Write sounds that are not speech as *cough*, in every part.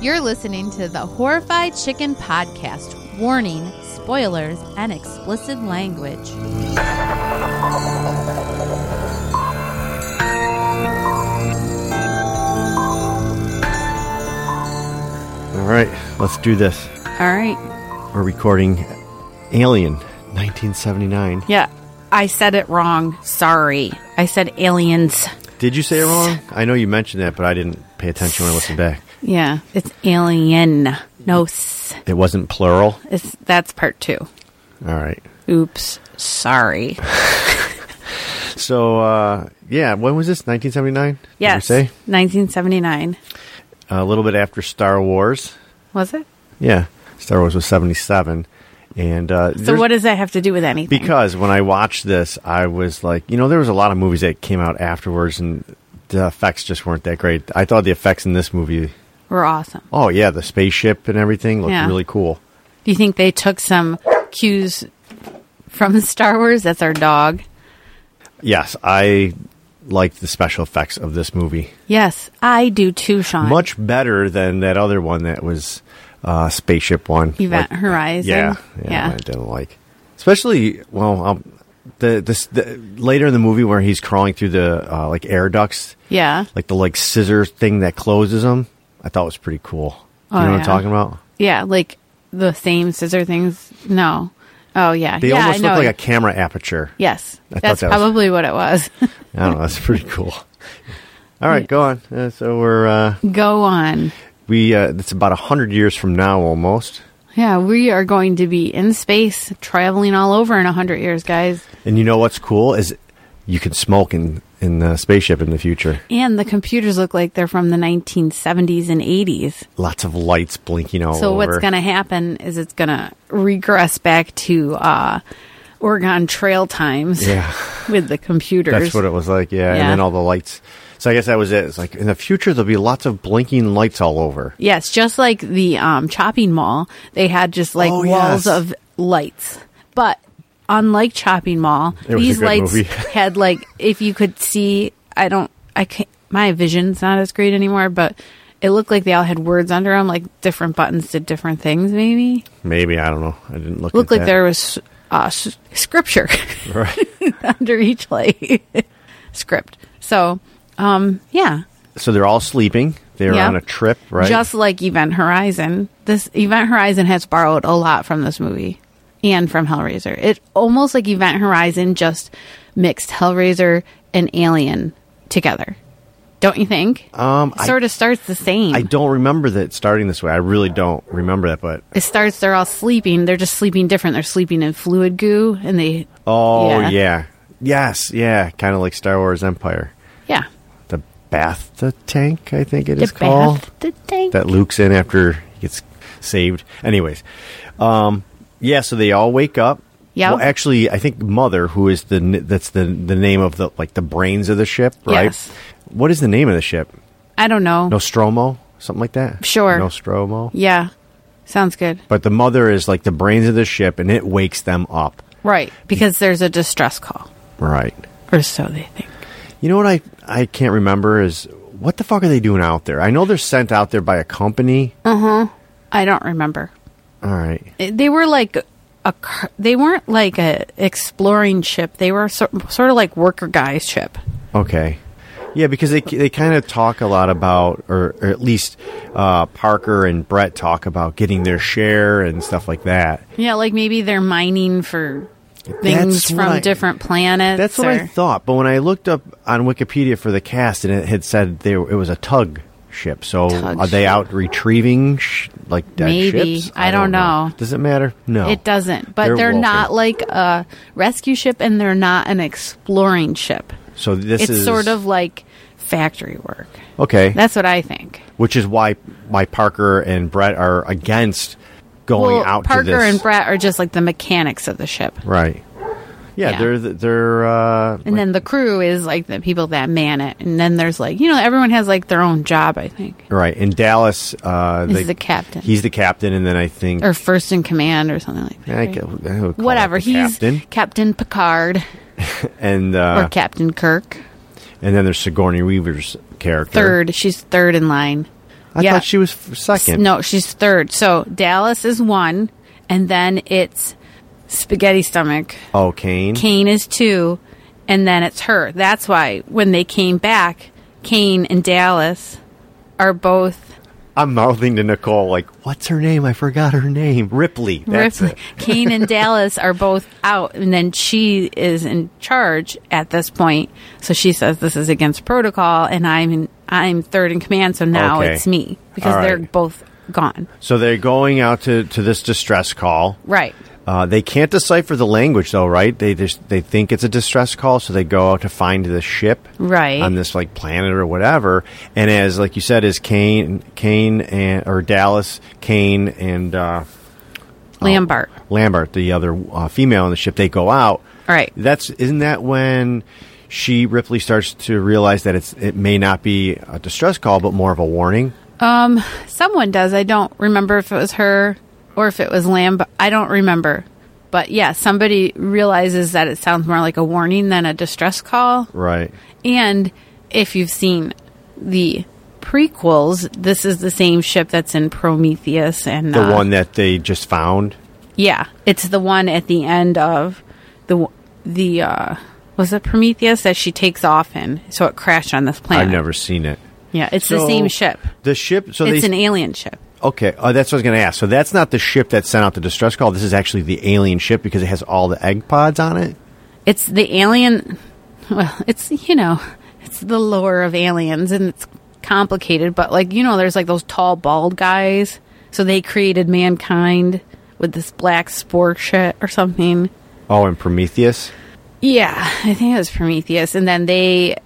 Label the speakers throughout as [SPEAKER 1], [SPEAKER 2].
[SPEAKER 1] You're listening to the Horrified Chicken Podcast. Warning, spoilers, and explicit language.
[SPEAKER 2] All right, let's do this.
[SPEAKER 1] All right.
[SPEAKER 2] We're recording Alien 1979.
[SPEAKER 1] Yeah. I said it wrong. Sorry. I said aliens.
[SPEAKER 2] Did you say it wrong? I know you mentioned that, but I didn't pay attention when I listened back.
[SPEAKER 1] Yeah. It's alien. No, s.
[SPEAKER 2] It wasn't plural.
[SPEAKER 1] It's, that's part two.
[SPEAKER 2] All right.
[SPEAKER 1] Oops. Sorry.
[SPEAKER 2] So, uh, yeah, when was this? 1979?
[SPEAKER 1] Yes.
[SPEAKER 2] Did we say?
[SPEAKER 1] 1979.
[SPEAKER 2] A little bit after Star Wars.
[SPEAKER 1] Was it?
[SPEAKER 2] Yeah, Star Wars was 77. And uh,
[SPEAKER 1] So,
[SPEAKER 2] there's-
[SPEAKER 1] what does that have to do with anything?
[SPEAKER 2] because when I watched this, I was like, you know, there was a lot of movies that came out afterwards, and the effects just weren't that great. I thought the effects in this movie,
[SPEAKER 1] We're awesome.
[SPEAKER 2] oh yeah, the spaceship and everything looked
[SPEAKER 1] Yeah.
[SPEAKER 2] really cool.
[SPEAKER 1] Do you think they took some cues from *laughs* Star Wars? That's our dog.
[SPEAKER 2] Yes, I liked the special effects of this movie
[SPEAKER 1] Yes, I do too, Sean.
[SPEAKER 2] much better than that other one that was uh, spaceship one.
[SPEAKER 1] Event
[SPEAKER 2] Like-
[SPEAKER 1] Horizon.
[SPEAKER 2] Yeah, yeah,
[SPEAKER 1] Yeah.
[SPEAKER 2] I didn't like, especially well, um, the this the, later in the movie where he's crawling through the uh, like air ducts.
[SPEAKER 1] Yeah.
[SPEAKER 2] like the like scissor thing that closes them. I thought was pretty cool. You
[SPEAKER 1] Oh,
[SPEAKER 2] know what
[SPEAKER 1] yeah.
[SPEAKER 2] I'm talking about?
[SPEAKER 1] Yeah, like the same scissor things. No. Oh yeah.
[SPEAKER 2] They
[SPEAKER 1] yeah,
[SPEAKER 2] almost
[SPEAKER 1] I know.
[SPEAKER 2] look like a camera aperture.
[SPEAKER 1] Yes.
[SPEAKER 2] I thought
[SPEAKER 1] That's
[SPEAKER 2] that was-
[SPEAKER 1] probably what it was. *laughs*
[SPEAKER 2] I don't know. That's pretty cool. *laughs* All right, go on. Uh, so we're uh,
[SPEAKER 1] Go on.
[SPEAKER 2] we uh, it's about hundred years from now almost,
[SPEAKER 1] Yeah, we are going to be in space traveling all over in a 100 years, guys.
[SPEAKER 2] and you know what's cool is you can smoke in in the spaceship in the future.
[SPEAKER 1] And the computers look like they're from the 1970s and 80s.
[SPEAKER 2] Lots of lights blinking all
[SPEAKER 1] So
[SPEAKER 2] over.
[SPEAKER 1] what's going to happen is it's going to regress back to uh, Oregon Trail times
[SPEAKER 2] Yeah.
[SPEAKER 1] *laughs* with the computers.
[SPEAKER 2] That's what it was like. Yeah,
[SPEAKER 1] Yeah.
[SPEAKER 2] and then all the lights. So I guess that was it. It's like in the future there'll be lots of blinking lights all over.
[SPEAKER 1] Yes, just like the um, chopping mall, they had just like
[SPEAKER 2] Oh, yes.
[SPEAKER 1] walls of lights. But unlike chopping mall,
[SPEAKER 2] It was a
[SPEAKER 1] these
[SPEAKER 2] good
[SPEAKER 1] lights
[SPEAKER 2] movie.
[SPEAKER 1] *laughs*
[SPEAKER 2] *laughs*
[SPEAKER 1] had like if you could see, I don't, I can't. My vision's not as great anymore, but it looked like they all had words under them, like different buttons did different things. Maybe
[SPEAKER 2] Maybe I don't know. I didn't look.
[SPEAKER 1] looked
[SPEAKER 2] at
[SPEAKER 1] like there was uh, s- scripture *laughs*
[SPEAKER 2] there. Right.
[SPEAKER 1] under each light *laughs* script. So, um, yeah,
[SPEAKER 2] So they're all sleeping. They're
[SPEAKER 1] Yeah.
[SPEAKER 2] on a trip, right?
[SPEAKER 1] Just like Event Horizon. This Event Horizon has borrowed a lot from this movie and from Hellraiser. It almost like Event Horizon just mixed Hellraiser and Alien together. Don't you think?
[SPEAKER 2] Um, I-
[SPEAKER 1] sort of starts the same.
[SPEAKER 2] I don't remember that starting this way. I really don't remember that. But
[SPEAKER 1] it starts they're all sleeping. They're just sleeping different. They're sleeping in fluid goo and they
[SPEAKER 2] oh
[SPEAKER 1] Yeah.
[SPEAKER 2] yeah, yes, yeah, kind of like Star Wars Empire.
[SPEAKER 1] yeah.
[SPEAKER 2] The bath, the tank, I think it is
[SPEAKER 1] The
[SPEAKER 2] called
[SPEAKER 1] bath, the tank.
[SPEAKER 2] that Luke's in after he gets saved. Anyways, um, yeah. So they all wake up.
[SPEAKER 1] Yep.
[SPEAKER 2] Well, actually, I think Mother, who is the n- that's the the name of the like the brains of the ship, right?
[SPEAKER 1] Yes.
[SPEAKER 2] What is the name of the ship?
[SPEAKER 1] I don't know.
[SPEAKER 2] Nostromo, something like that.
[SPEAKER 1] Sure.
[SPEAKER 2] Nostromo.
[SPEAKER 1] Yeah. Sounds good.
[SPEAKER 2] But the mother is like the brains of the ship, and it wakes them up.
[SPEAKER 1] Right. Because there's a distress call.
[SPEAKER 2] Right.
[SPEAKER 1] Or so they think.
[SPEAKER 2] You know what I I can't remember is what the fuck are they doing out there? I know they're sent out there by a company.
[SPEAKER 1] Uh, I don't remember.
[SPEAKER 2] All right.
[SPEAKER 1] they were like a car- they weren't like a exploring ship they were sor- sort of like worker guys ship
[SPEAKER 2] Okay. Yeah, because they they kind of talk a lot about, or, or at least uh, Parker and Brett talk about getting their share and stuff like that.
[SPEAKER 1] yeah like maybe they're mining for things
[SPEAKER 2] That's what
[SPEAKER 1] from
[SPEAKER 2] I-
[SPEAKER 1] different planets
[SPEAKER 2] That's what I
[SPEAKER 1] or-
[SPEAKER 2] thought. But when I looked up on Wikipedia for the cast, and it had said there it was a tug ship. So
[SPEAKER 1] Tug
[SPEAKER 2] are they
[SPEAKER 1] ship.
[SPEAKER 2] out retrieving sh- like dead
[SPEAKER 1] Maybe.
[SPEAKER 2] ships?
[SPEAKER 1] I don't know.
[SPEAKER 2] Does it matter? No,
[SPEAKER 1] it doesn't but they're,
[SPEAKER 2] They're
[SPEAKER 1] not
[SPEAKER 2] walking.
[SPEAKER 1] like a rescue ship and they're not an exploring ship
[SPEAKER 2] So this
[SPEAKER 1] it's
[SPEAKER 2] is
[SPEAKER 1] sort of like factory work
[SPEAKER 2] okay.
[SPEAKER 1] that's what i think
[SPEAKER 2] which is why why Parker and Brett are against going
[SPEAKER 1] well
[SPEAKER 2] out
[SPEAKER 1] parker
[SPEAKER 2] to this.
[SPEAKER 1] and brett are just like the mechanics of the ship
[SPEAKER 2] right? Yeah,
[SPEAKER 1] Yeah.
[SPEAKER 2] they're the- they're uh,
[SPEAKER 1] And then the crew is like the people that man it. And then there's like, you know, everyone has like their own job, I think,
[SPEAKER 2] right in Dallas. Uh,
[SPEAKER 1] Is
[SPEAKER 2] they-
[SPEAKER 1] the captain.
[SPEAKER 2] He's the captain, and then I think
[SPEAKER 1] or first in command or something like that.
[SPEAKER 2] I
[SPEAKER 1] right?
[SPEAKER 2] ca- I would call that
[SPEAKER 1] Whatever.
[SPEAKER 2] the
[SPEAKER 1] He's
[SPEAKER 2] captain,
[SPEAKER 1] Captain, Picard
[SPEAKER 2] and
[SPEAKER 1] or
[SPEAKER 2] uh,
[SPEAKER 1] Captain Kirk.
[SPEAKER 2] and then there's Sigourney Weaver's character.
[SPEAKER 1] Third. She's third in line.
[SPEAKER 2] I
[SPEAKER 1] Yeah.
[SPEAKER 2] thought she was f- second.
[SPEAKER 1] No, she's third. So Dallas is one, and then it's Spaghetti Stomach.
[SPEAKER 2] Oh, Kane.
[SPEAKER 1] Kane is two, and then it's her. That's why when they came back, Kane and Dallas are both
[SPEAKER 2] I'm mouthing to Nicole like, "What's her name? I forgot her name. Ripley. That's
[SPEAKER 1] Ripley.
[SPEAKER 2] it.
[SPEAKER 1] *laughs* Kane and Dallas are both out, and then she is in charge at this point. So she says this is against protocol, and I'm in, I'm third in command. So now
[SPEAKER 2] Okay.
[SPEAKER 1] it's me because
[SPEAKER 2] All
[SPEAKER 1] they're
[SPEAKER 2] right.
[SPEAKER 1] both gone.
[SPEAKER 2] So they're going out to, to this distress call.
[SPEAKER 1] Right.
[SPEAKER 2] Uh, they can't decipher the language though, right? They just they think it's a distress call, so they go out to find the ship
[SPEAKER 1] Right.
[SPEAKER 2] on this like planet or whatever. And as like you said, as Kane, Kane and or Dallas, Kane and uh,
[SPEAKER 1] Lambert.
[SPEAKER 2] Lambert, the other uh, female on the ship, they go out.
[SPEAKER 1] Right.
[SPEAKER 2] That's isn't that when she Ripley starts to realize that it's it may not be a distress call, but more of a warning.
[SPEAKER 1] Someone does. I don't remember if it was her or if it was Lamb. But I don't remember. But yeah, somebody realizes that it sounds more like a warning than a distress call.
[SPEAKER 2] Right.
[SPEAKER 1] And if you've seen the prequels, this is the same ship that's in Prometheus and
[SPEAKER 2] The
[SPEAKER 1] uh,
[SPEAKER 2] one that they just found.
[SPEAKER 1] Yeah, it's the one at the end of the the uh, was it Prometheus that she takes off in, so it crashed on this planet.
[SPEAKER 2] I've never seen it.
[SPEAKER 1] Yeah, it's the
[SPEAKER 2] So,
[SPEAKER 1] same ship.
[SPEAKER 2] The ship. So
[SPEAKER 1] It's
[SPEAKER 2] they
[SPEAKER 1] an alien ship.
[SPEAKER 2] Okay, oh, that's what I was going to ask. So that's not the ship that sent out the distress call. This is actually the alien ship because it has all the egg pods on it.
[SPEAKER 1] It's the alien. Well, it's you know, it's the lore of aliens, and it's complicated. But like you know, there's like those tall bald guys. So they created mankind with this black spore shit or something.
[SPEAKER 2] Oh, and Prometheus.
[SPEAKER 1] Yeah, I think it was Prometheus, and then they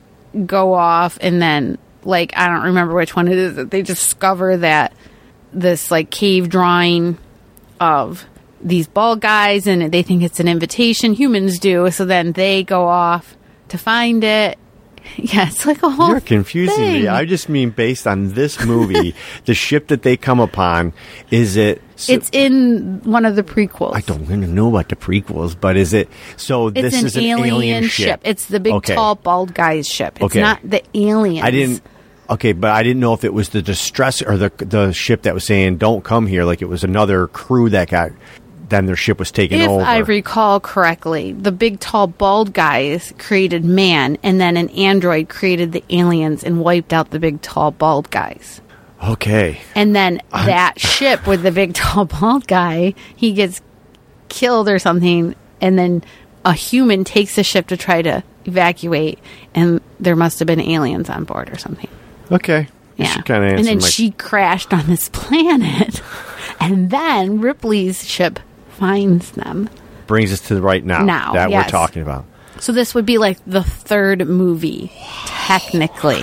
[SPEAKER 1] go off, and then like I don't remember which one it is that they discover that this like cave drawing of these bald guys, and they think it's an invitation. Humans do, so then they go off to find it. *laughs* Yeah, it's like a whole.
[SPEAKER 2] You're confusing
[SPEAKER 1] thing.
[SPEAKER 2] me. I just mean based on this
[SPEAKER 1] *laughs*
[SPEAKER 2] movie, the ship that they come upon is it? so-
[SPEAKER 1] it's in one of the prequels.
[SPEAKER 2] I don't even know about the prequels, but is it? So
[SPEAKER 1] It's
[SPEAKER 2] this
[SPEAKER 1] an,
[SPEAKER 2] is an
[SPEAKER 1] alien,
[SPEAKER 2] alien,
[SPEAKER 1] ship. It's the big
[SPEAKER 2] Okay.
[SPEAKER 1] tall bald guy's ship. It's
[SPEAKER 2] Okay.
[SPEAKER 1] not the aliens.
[SPEAKER 2] I didn't. Okay, but I didn't know if it was the distress or the the ship that was saying "Don't come here." Like it was another crew that got. Then their ship was taken
[SPEAKER 1] If
[SPEAKER 2] over.
[SPEAKER 1] I recall correctly, the big, tall, bald guys created man, and then an android created the aliens and wiped out the big, tall, bald guys.
[SPEAKER 2] okay.
[SPEAKER 1] And then that ship with the big, *laughs* tall, bald guy, he gets killed or something, and then a human takes the ship to try to evacuate, and there must have been aliens on board or something.
[SPEAKER 2] Okay. You
[SPEAKER 1] Yeah.
[SPEAKER 2] should kinda
[SPEAKER 1] and
[SPEAKER 2] answer
[SPEAKER 1] then
[SPEAKER 2] my-
[SPEAKER 1] she crashed on this *laughs* planet, and then Ripley's ship finds them.
[SPEAKER 2] brings us to the right now,
[SPEAKER 1] Now,
[SPEAKER 2] that
[SPEAKER 1] yes.
[SPEAKER 2] we're talking about.
[SPEAKER 1] So this would be like the third movie,
[SPEAKER 2] *laughs*
[SPEAKER 1] technically.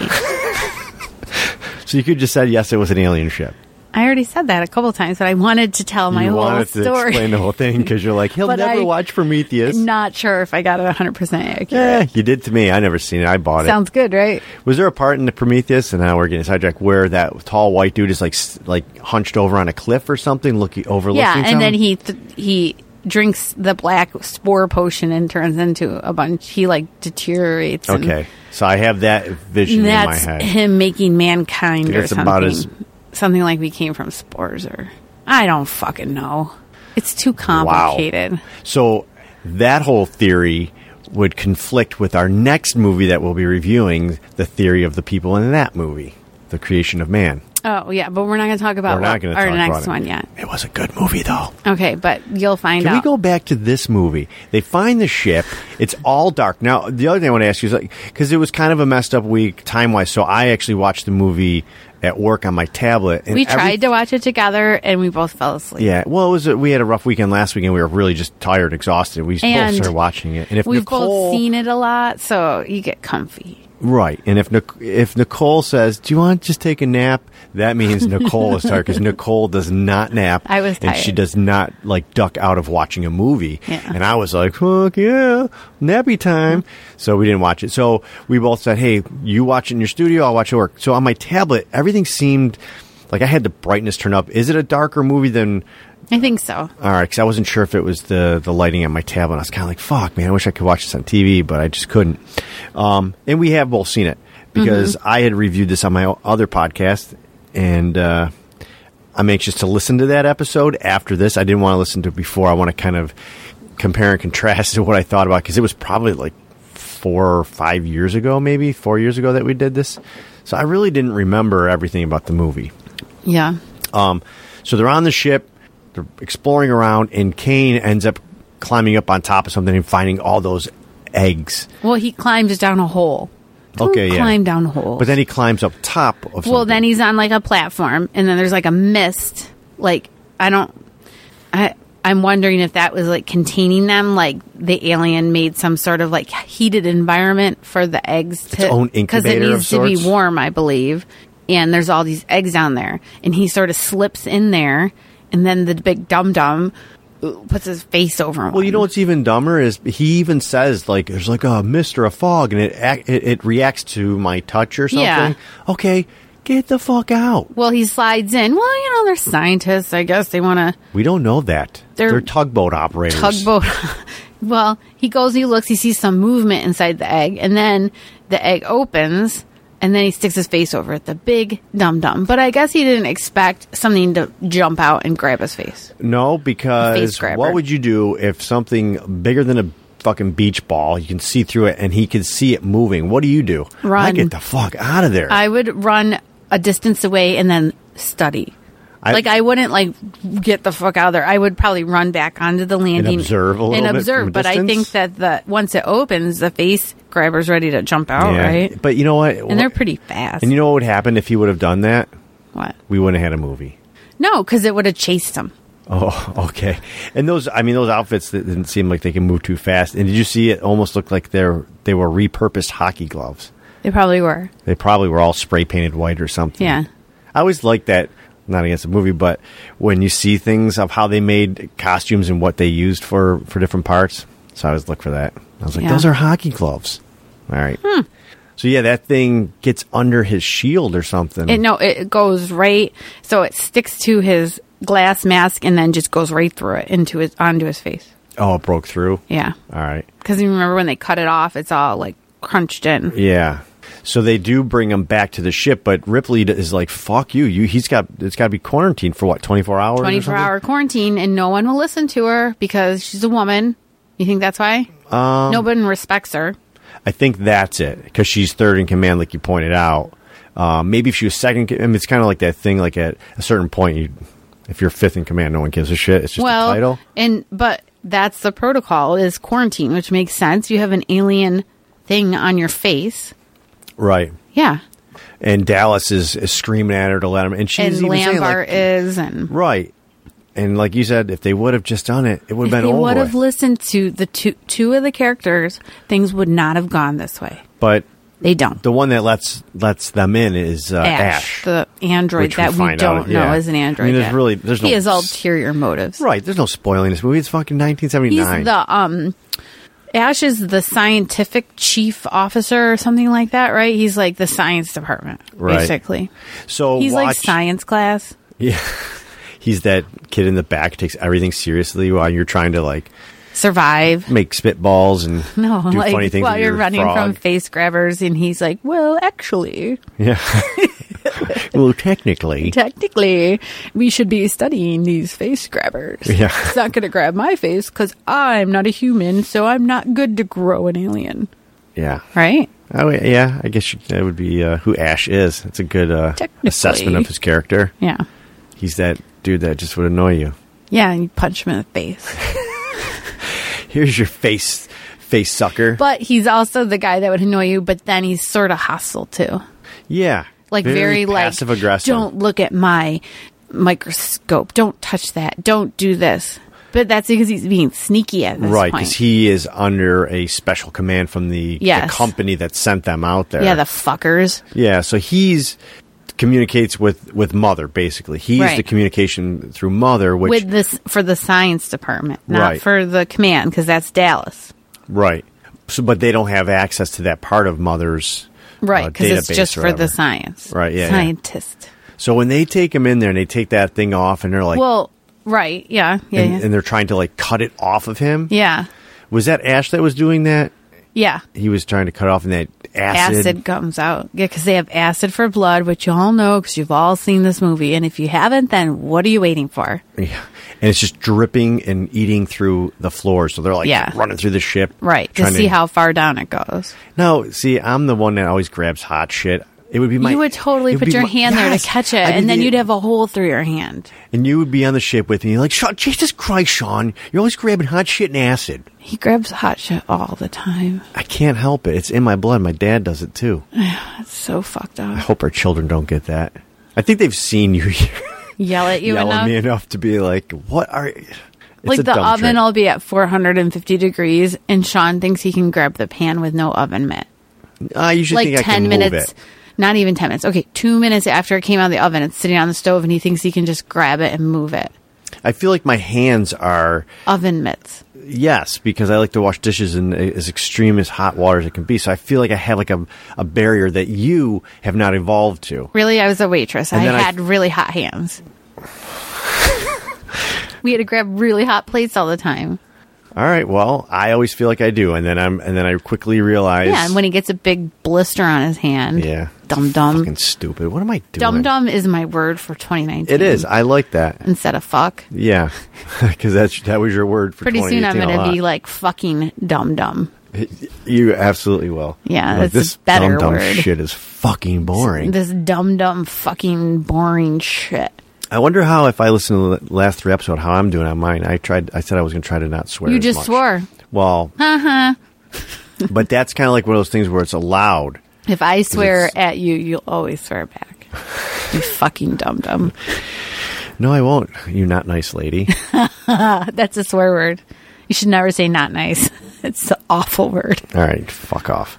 [SPEAKER 2] So you could just said yes, it was an alien ship.
[SPEAKER 1] I already said that a couple times, but I wanted to tell my
[SPEAKER 2] you
[SPEAKER 1] whole
[SPEAKER 2] wanted to
[SPEAKER 1] story. *laughs*
[SPEAKER 2] explain the whole thing because you're like, he'll
[SPEAKER 1] But
[SPEAKER 2] never
[SPEAKER 1] I-
[SPEAKER 2] watch Prometheus.
[SPEAKER 1] Not sure if I got it 100 percent accurate.
[SPEAKER 2] Eh, you did to me. I never seen it. I bought
[SPEAKER 1] Sounds good, right?
[SPEAKER 2] it. Was there a part in the Prometheus, and now we're getting sidetracked, where that tall white dude is like s- like hunched over on a cliff or something, looking overlooking?
[SPEAKER 1] yeah, and
[SPEAKER 2] something?
[SPEAKER 1] then he th- he drinks the black spore potion and turns into a bunch. He like deteriorates. and
[SPEAKER 2] Okay, so I have that vision
[SPEAKER 1] that's
[SPEAKER 2] in my head.
[SPEAKER 1] him making mankind or
[SPEAKER 2] It's
[SPEAKER 1] something.
[SPEAKER 2] about as-
[SPEAKER 1] something like we came from spores, or I don't fucking know. It's too complicated.
[SPEAKER 2] So that whole theory would conflict with our next movie that we'll be reviewing, the theory of the people in that movie, the creation of man.
[SPEAKER 1] Oh yeah, but we're not going to talk about
[SPEAKER 2] We're not
[SPEAKER 1] what-
[SPEAKER 2] going to
[SPEAKER 1] our
[SPEAKER 2] talk
[SPEAKER 1] next
[SPEAKER 2] about it.
[SPEAKER 1] one yet.
[SPEAKER 2] It was a good movie, though.
[SPEAKER 1] Okay, but you'll find
[SPEAKER 2] Can we
[SPEAKER 1] out.
[SPEAKER 2] go back to this movie? They find the ship. It's all dark. Now, the other thing I want to ask you is like, because it was kind of a messed up week time wise, so I actually watched the movie at work on my tablet. And
[SPEAKER 1] we
[SPEAKER 2] every-
[SPEAKER 1] tried to watch it together, and we both fell asleep.
[SPEAKER 2] Yeah, well, it was a, we had a rough weekend last weekend. We were really just tired, exhausted. We both
[SPEAKER 1] And
[SPEAKER 2] started watching it, and if
[SPEAKER 1] We've
[SPEAKER 2] Nicole,
[SPEAKER 1] both seen it a lot, so you get comfy.
[SPEAKER 2] Right, and if Nic- if Nicole says, "Do you want to just take a nap?" That means Nicole is tired because Nicole does not nap.
[SPEAKER 1] I was
[SPEAKER 2] and she
[SPEAKER 1] tired.
[SPEAKER 2] does not like duck out of watching a movie.
[SPEAKER 1] Yeah.
[SPEAKER 2] And I was like, "Fuck yeah, nappy time!" So we didn't watch it. So we both said, "Hey, you watch it in your studio. I'll watch it at work." So on my tablet, everything seemed like I had the brightness turned up. Is it a darker movie than
[SPEAKER 1] I think so.
[SPEAKER 2] all right, because I wasn't sure if it was the the lighting on my tablet. I was kind of like, "Fuck, man! I wish I could watch this on TV, but I just couldn't." Um, and we have both seen it because I had reviewed this on my o- other podcast, and uh, I'm anxious to listen to that episode after this. I didn't want to listen to it before. I want to kind of compare and contrast *laughs* to what I thought about because it was probably like four or five years ago, maybe four years ago that we did this. So I really didn't remember everything about the movie.
[SPEAKER 1] Yeah.
[SPEAKER 2] Um, so they're on the ship, they're exploring around, and Kane ends up climbing up on top of something and finding all those eggs.
[SPEAKER 1] Well, he climbs down a hole. Don't
[SPEAKER 2] Okay, yeah.
[SPEAKER 1] Climb down holes.
[SPEAKER 2] But then he climbs up top of something.
[SPEAKER 1] Well, then he's on like a platform, and then there's like a mist. Like I don't, I I'm wondering if that was like containing them. Like the alien made some sort of like heated environment for the eggs to
[SPEAKER 2] own
[SPEAKER 1] it
[SPEAKER 2] incubator of
[SPEAKER 1] needs to be
[SPEAKER 2] sorts.
[SPEAKER 1] warm, I believe. And there's all these eggs down there, and he sort of slips in there, and then the big dum dum puts his face over him.
[SPEAKER 2] Well, you know what's even dumber is he even says like there's like a mist or a fog, and it act, it, it reacts to my touch or something.
[SPEAKER 1] Yeah.
[SPEAKER 2] Okay, get the fuck out.
[SPEAKER 1] Well, he slides in. Well, you know they're scientists. I guess they want to.
[SPEAKER 2] We don't know that
[SPEAKER 1] They're-
[SPEAKER 2] they're, tugboat operators.
[SPEAKER 1] tugboat. *laughs* well, he goes, he looks, he sees some movement inside the egg, and then the egg opens, and then he sticks his face over it. The big dum dum. But I guess he didn't expect something to jump out and grab his face.
[SPEAKER 2] No,
[SPEAKER 1] Face
[SPEAKER 2] because
[SPEAKER 1] grabber.
[SPEAKER 2] what would you do if something bigger than a fucking beach ball, you can see through it, and he could see it moving? What do you do? I
[SPEAKER 1] Run.
[SPEAKER 2] get the fuck out of there.
[SPEAKER 1] I would run a distance away and then study.
[SPEAKER 2] I-
[SPEAKER 1] like I wouldn't like get the fuck out of there. I would probably run back onto the landing
[SPEAKER 2] observe a little
[SPEAKER 1] and
[SPEAKER 2] bit
[SPEAKER 1] observe.
[SPEAKER 2] from a
[SPEAKER 1] but I think
[SPEAKER 2] distance?
[SPEAKER 1] that the once it opens, the face grabber's ready to jump out,
[SPEAKER 2] Yeah.
[SPEAKER 1] right?
[SPEAKER 2] But you know what?
[SPEAKER 1] And they're pretty fast.
[SPEAKER 2] And you know what would happen if he would have done that?
[SPEAKER 1] what?
[SPEAKER 2] We wouldn't have had a movie.
[SPEAKER 1] No, because it would have chased him.
[SPEAKER 2] Oh, *laughs* okay. And those, I mean, those outfits that didn't seem like they can move too fast. And did you see it? Almost looked like they're they were repurposed hockey gloves.
[SPEAKER 1] They probably were.
[SPEAKER 2] They probably were all spray painted white or something.
[SPEAKER 1] Yeah.
[SPEAKER 2] I always like that. Not against the movie, but when you see things of how they made costumes and what they used for for different parts, so I always look for that. I was like,
[SPEAKER 1] Yeah. Hmm.
[SPEAKER 2] those are hockey gloves. All right. So yeah, that thing gets under his shield or something.
[SPEAKER 1] It, no, it goes right. So it sticks to his glass mask and then just goes right through it into his onto his face.
[SPEAKER 2] oh, it broke through.
[SPEAKER 1] Yeah,
[SPEAKER 2] All right.
[SPEAKER 1] because you remember when they cut it off, it's all like crunched in.
[SPEAKER 2] Yeah. So they do bring him back to the ship, but Ripley d- is like, "Fuck you! You he's got it's got to be quarantined for what twenty four hours? or
[SPEAKER 1] Twenty four
[SPEAKER 2] something?
[SPEAKER 1] hour quarantine, and no one will listen to her because she's a woman. You think that's why? Um, Nobody respects her.
[SPEAKER 2] I think that's it because she's third in command, like you pointed out. Um, maybe if she was second, co- I mean, it's kind of like that thing. Like at a certain point, you if you're fifth in command, no one gives a shit. It's just a
[SPEAKER 1] Well,
[SPEAKER 2] title.
[SPEAKER 1] and but that's the protocol is quarantine, which makes sense. You have an alien thing on your face.
[SPEAKER 2] right?
[SPEAKER 1] Yeah,
[SPEAKER 2] And Dallas is, is screaming at her to let him, and she's
[SPEAKER 1] and
[SPEAKER 2] even saying
[SPEAKER 1] Lambert
[SPEAKER 2] like,
[SPEAKER 1] is and
[SPEAKER 2] right. And like you said, if they would have just done it, it would have
[SPEAKER 1] If
[SPEAKER 2] been
[SPEAKER 1] they
[SPEAKER 2] over.
[SPEAKER 1] would
[SPEAKER 2] with.
[SPEAKER 1] have listened to the two two of the characters, things would not have gone this way.
[SPEAKER 2] but
[SPEAKER 1] They don't.
[SPEAKER 2] the one that lets lets them in is uh, Ash.
[SPEAKER 1] the android
[SPEAKER 2] Which we
[SPEAKER 1] that we
[SPEAKER 2] find
[SPEAKER 1] don't
[SPEAKER 2] out, yeah.
[SPEAKER 1] know is an android.
[SPEAKER 2] I mean, there's
[SPEAKER 1] yet.
[SPEAKER 2] really- there's
[SPEAKER 1] he
[SPEAKER 2] no
[SPEAKER 1] has
[SPEAKER 2] s-
[SPEAKER 1] ulterior motives.
[SPEAKER 2] Right. There's no spoiling this movie. It's fucking
[SPEAKER 1] He's
[SPEAKER 2] 1979.
[SPEAKER 1] the um, Ash is the scientific chief officer or something like that, right? He's like the science department,
[SPEAKER 2] Right.
[SPEAKER 1] basically.
[SPEAKER 2] so
[SPEAKER 1] He's like
[SPEAKER 2] watch,
[SPEAKER 1] science class.
[SPEAKER 2] *laughs* Yeah. He's that kid in the back takes everything seriously while you're trying to like
[SPEAKER 1] Survive.
[SPEAKER 2] make spitballs and
[SPEAKER 1] *laughs* No,
[SPEAKER 2] do
[SPEAKER 1] like
[SPEAKER 2] funny things
[SPEAKER 1] while
[SPEAKER 2] with
[SPEAKER 1] you're
[SPEAKER 2] your
[SPEAKER 1] running
[SPEAKER 2] frog. *laughs*
[SPEAKER 1] from face grabbers, and he's like, "Well, actually,
[SPEAKER 2] yeah. *laughs* well, technically,
[SPEAKER 1] *laughs* technically we should be studying these face grabbers.
[SPEAKER 2] Yeah.
[SPEAKER 1] It's not going to grab my face because I'm not a human, so I'm not good to grow an alien.
[SPEAKER 2] yeah.
[SPEAKER 1] Right?
[SPEAKER 2] Oh yeah, I guess you, that would be uh, who Ash is. That's a good uh,
[SPEAKER 1] Technically.
[SPEAKER 2] assessment of his character.
[SPEAKER 1] Yeah.
[SPEAKER 2] He's that dude that just would annoy you.
[SPEAKER 1] Yeah, and you punch him in the
[SPEAKER 2] *laughs*
[SPEAKER 1] face.
[SPEAKER 2] Here's your face, face sucker.
[SPEAKER 1] But he's also the guy that would annoy you, but then he's sort of hostile too.
[SPEAKER 2] yeah,
[SPEAKER 1] Like very, like
[SPEAKER 2] passive aggressive.
[SPEAKER 1] Don't look at my microscope. Don't touch that. Don't do this. But that's because he's being sneaky at this
[SPEAKER 2] Right,
[SPEAKER 1] point.
[SPEAKER 2] because he is under a special command from the, the
[SPEAKER 1] Yes.
[SPEAKER 2] company that sent them out there.
[SPEAKER 1] yeah, the fuckers.
[SPEAKER 2] yeah. So he's communicates with with mother basically. He's
[SPEAKER 1] Right.
[SPEAKER 2] the communication through mother, which
[SPEAKER 1] with this for the science department, not
[SPEAKER 2] Right.
[SPEAKER 1] for the command, because that's Dallas,
[SPEAKER 2] right. So, but they don't have access to that part of mother's
[SPEAKER 1] right?
[SPEAKER 2] uh,
[SPEAKER 1] Because it's
[SPEAKER 2] database
[SPEAKER 1] just
[SPEAKER 2] or
[SPEAKER 1] for the
[SPEAKER 2] whatever.
[SPEAKER 1] science,
[SPEAKER 2] Right, yeah, yeah.
[SPEAKER 1] scientist.
[SPEAKER 2] So when they take him in there and they take that thing off and they're like,
[SPEAKER 1] Well, right, yeah, yeah,
[SPEAKER 2] and,
[SPEAKER 1] yeah.
[SPEAKER 2] and they're trying to like cut it off of him.
[SPEAKER 1] yeah.
[SPEAKER 2] Was that Ash that was doing that?
[SPEAKER 1] Yeah.
[SPEAKER 2] he was trying to cut off, and that acid.
[SPEAKER 1] acid comes out. Yeah, because they have acid for blood, which you all know because you've all seen this movie. And if you haven't, then what are you waiting for?
[SPEAKER 2] *laughs* Yeah. And it's just dripping and eating through the floor. So they're like
[SPEAKER 1] Yeah.
[SPEAKER 2] running through the ship.
[SPEAKER 1] Right. To
[SPEAKER 2] trying
[SPEAKER 1] see how far down it goes.
[SPEAKER 2] No, see, I'm the one that always grabs hot shit. It would be my.
[SPEAKER 1] you would
[SPEAKER 2] it
[SPEAKER 1] totally put
[SPEAKER 2] be
[SPEAKER 1] your
[SPEAKER 2] my-
[SPEAKER 1] hand there
[SPEAKER 2] Yes!
[SPEAKER 1] to catch it,
[SPEAKER 2] I'd be
[SPEAKER 1] and then
[SPEAKER 2] the-
[SPEAKER 1] you'd have a hole through your hand.
[SPEAKER 2] And you would be on the ship with me. You're like, Sean, Jesus Christ, Sean, you're always grabbing hot shit and acid.
[SPEAKER 1] He grabs hot shit all the time.
[SPEAKER 2] I can't help it. It's in my blood. My dad does it too.
[SPEAKER 1] That's so fucked
[SPEAKER 2] I
[SPEAKER 1] up.
[SPEAKER 2] hope our children don't get that. I think they've seen you
[SPEAKER 1] Yell at
[SPEAKER 2] *laughs*
[SPEAKER 1] you
[SPEAKER 2] yell at
[SPEAKER 1] enough.
[SPEAKER 2] me enough to be like, what are. It's
[SPEAKER 1] like
[SPEAKER 2] a
[SPEAKER 1] the
[SPEAKER 2] dumb
[SPEAKER 1] oven
[SPEAKER 2] trick.
[SPEAKER 1] will be at 450 degrees, and Sean thinks he can grab the pan with no oven mitt.
[SPEAKER 2] I usually
[SPEAKER 1] like
[SPEAKER 2] think I
[SPEAKER 1] 10
[SPEAKER 2] can move
[SPEAKER 1] minutes
[SPEAKER 2] it.
[SPEAKER 1] not even 10 minutes okay two minutes after it came out of the oven it's sitting on the stove and he thinks he can just grab it and move it
[SPEAKER 2] I feel like my hands are.
[SPEAKER 1] oven mitts
[SPEAKER 2] Yes, because I like to wash dishes in as extreme as hot water as it can be. So I feel like I have like a, a barrier that you have not evolved to.
[SPEAKER 1] really i was a waitress
[SPEAKER 2] And
[SPEAKER 1] i
[SPEAKER 2] then I-
[SPEAKER 1] had really
[SPEAKER 2] *laughs*
[SPEAKER 1] hot hands we had to grab really hot plates all the time
[SPEAKER 2] All right, well, I always feel like I do, and then I'm and then I quickly realize,
[SPEAKER 1] yeah and when he gets a big blister on his hand
[SPEAKER 2] yeah,
[SPEAKER 1] dum dum
[SPEAKER 2] fucking stupid. What am I doing?
[SPEAKER 1] dum dum is my word for 2019
[SPEAKER 2] It is. I like that.
[SPEAKER 1] instead of fuck
[SPEAKER 2] Yeah, *laughs* because that's that was your word for
[SPEAKER 1] pretty soon i'm
[SPEAKER 2] 2018 a
[SPEAKER 1] gonna
[SPEAKER 2] lot.
[SPEAKER 1] be like fucking dum dum
[SPEAKER 2] You absolutely will.
[SPEAKER 1] Yeah,
[SPEAKER 2] You're like,
[SPEAKER 1] it's a
[SPEAKER 2] this
[SPEAKER 1] better
[SPEAKER 2] dumb, dumb
[SPEAKER 1] word.
[SPEAKER 2] shit is fucking boring.
[SPEAKER 1] this dum dum fucking boring shit
[SPEAKER 2] I wonder how if I listen to the last three episode, how I'm doing on mine. I tried. I said I was going to try to not swear.
[SPEAKER 1] You
[SPEAKER 2] as
[SPEAKER 1] just
[SPEAKER 2] much.
[SPEAKER 1] swore. Uh-huh.
[SPEAKER 2] Well, *laughs* but that's kind of like one of those things where it's allowed.
[SPEAKER 1] If I swear
[SPEAKER 2] it's-
[SPEAKER 1] at you, you'll always swear back.
[SPEAKER 2] *laughs*
[SPEAKER 1] You fucking dum dum.
[SPEAKER 2] No, I won't. You not nice
[SPEAKER 1] *laughs*
[SPEAKER 2] lady.
[SPEAKER 1] That's a swear word. You should never say not nice. *laughs* It's an awful word.
[SPEAKER 2] All right, fuck off.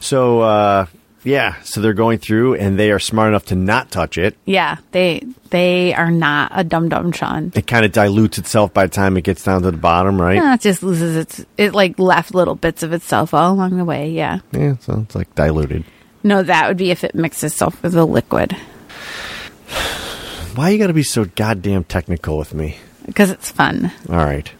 [SPEAKER 2] So uh, yeah, so they're going through and they are smart enough to not touch it.
[SPEAKER 1] Yeah, they they are not a dum dum Sean.
[SPEAKER 2] It kind of dilutes itself by the time it gets down to the bottom, right?
[SPEAKER 1] Uh, It just loses its it like left little bits of itself all along the way. Yeah.
[SPEAKER 2] Yeah, so it's like diluted.
[SPEAKER 1] No, that would be if it mixes itself with a liquid
[SPEAKER 2] Why you got to be so goddamn technical with me?
[SPEAKER 1] because it's fun.
[SPEAKER 2] All right,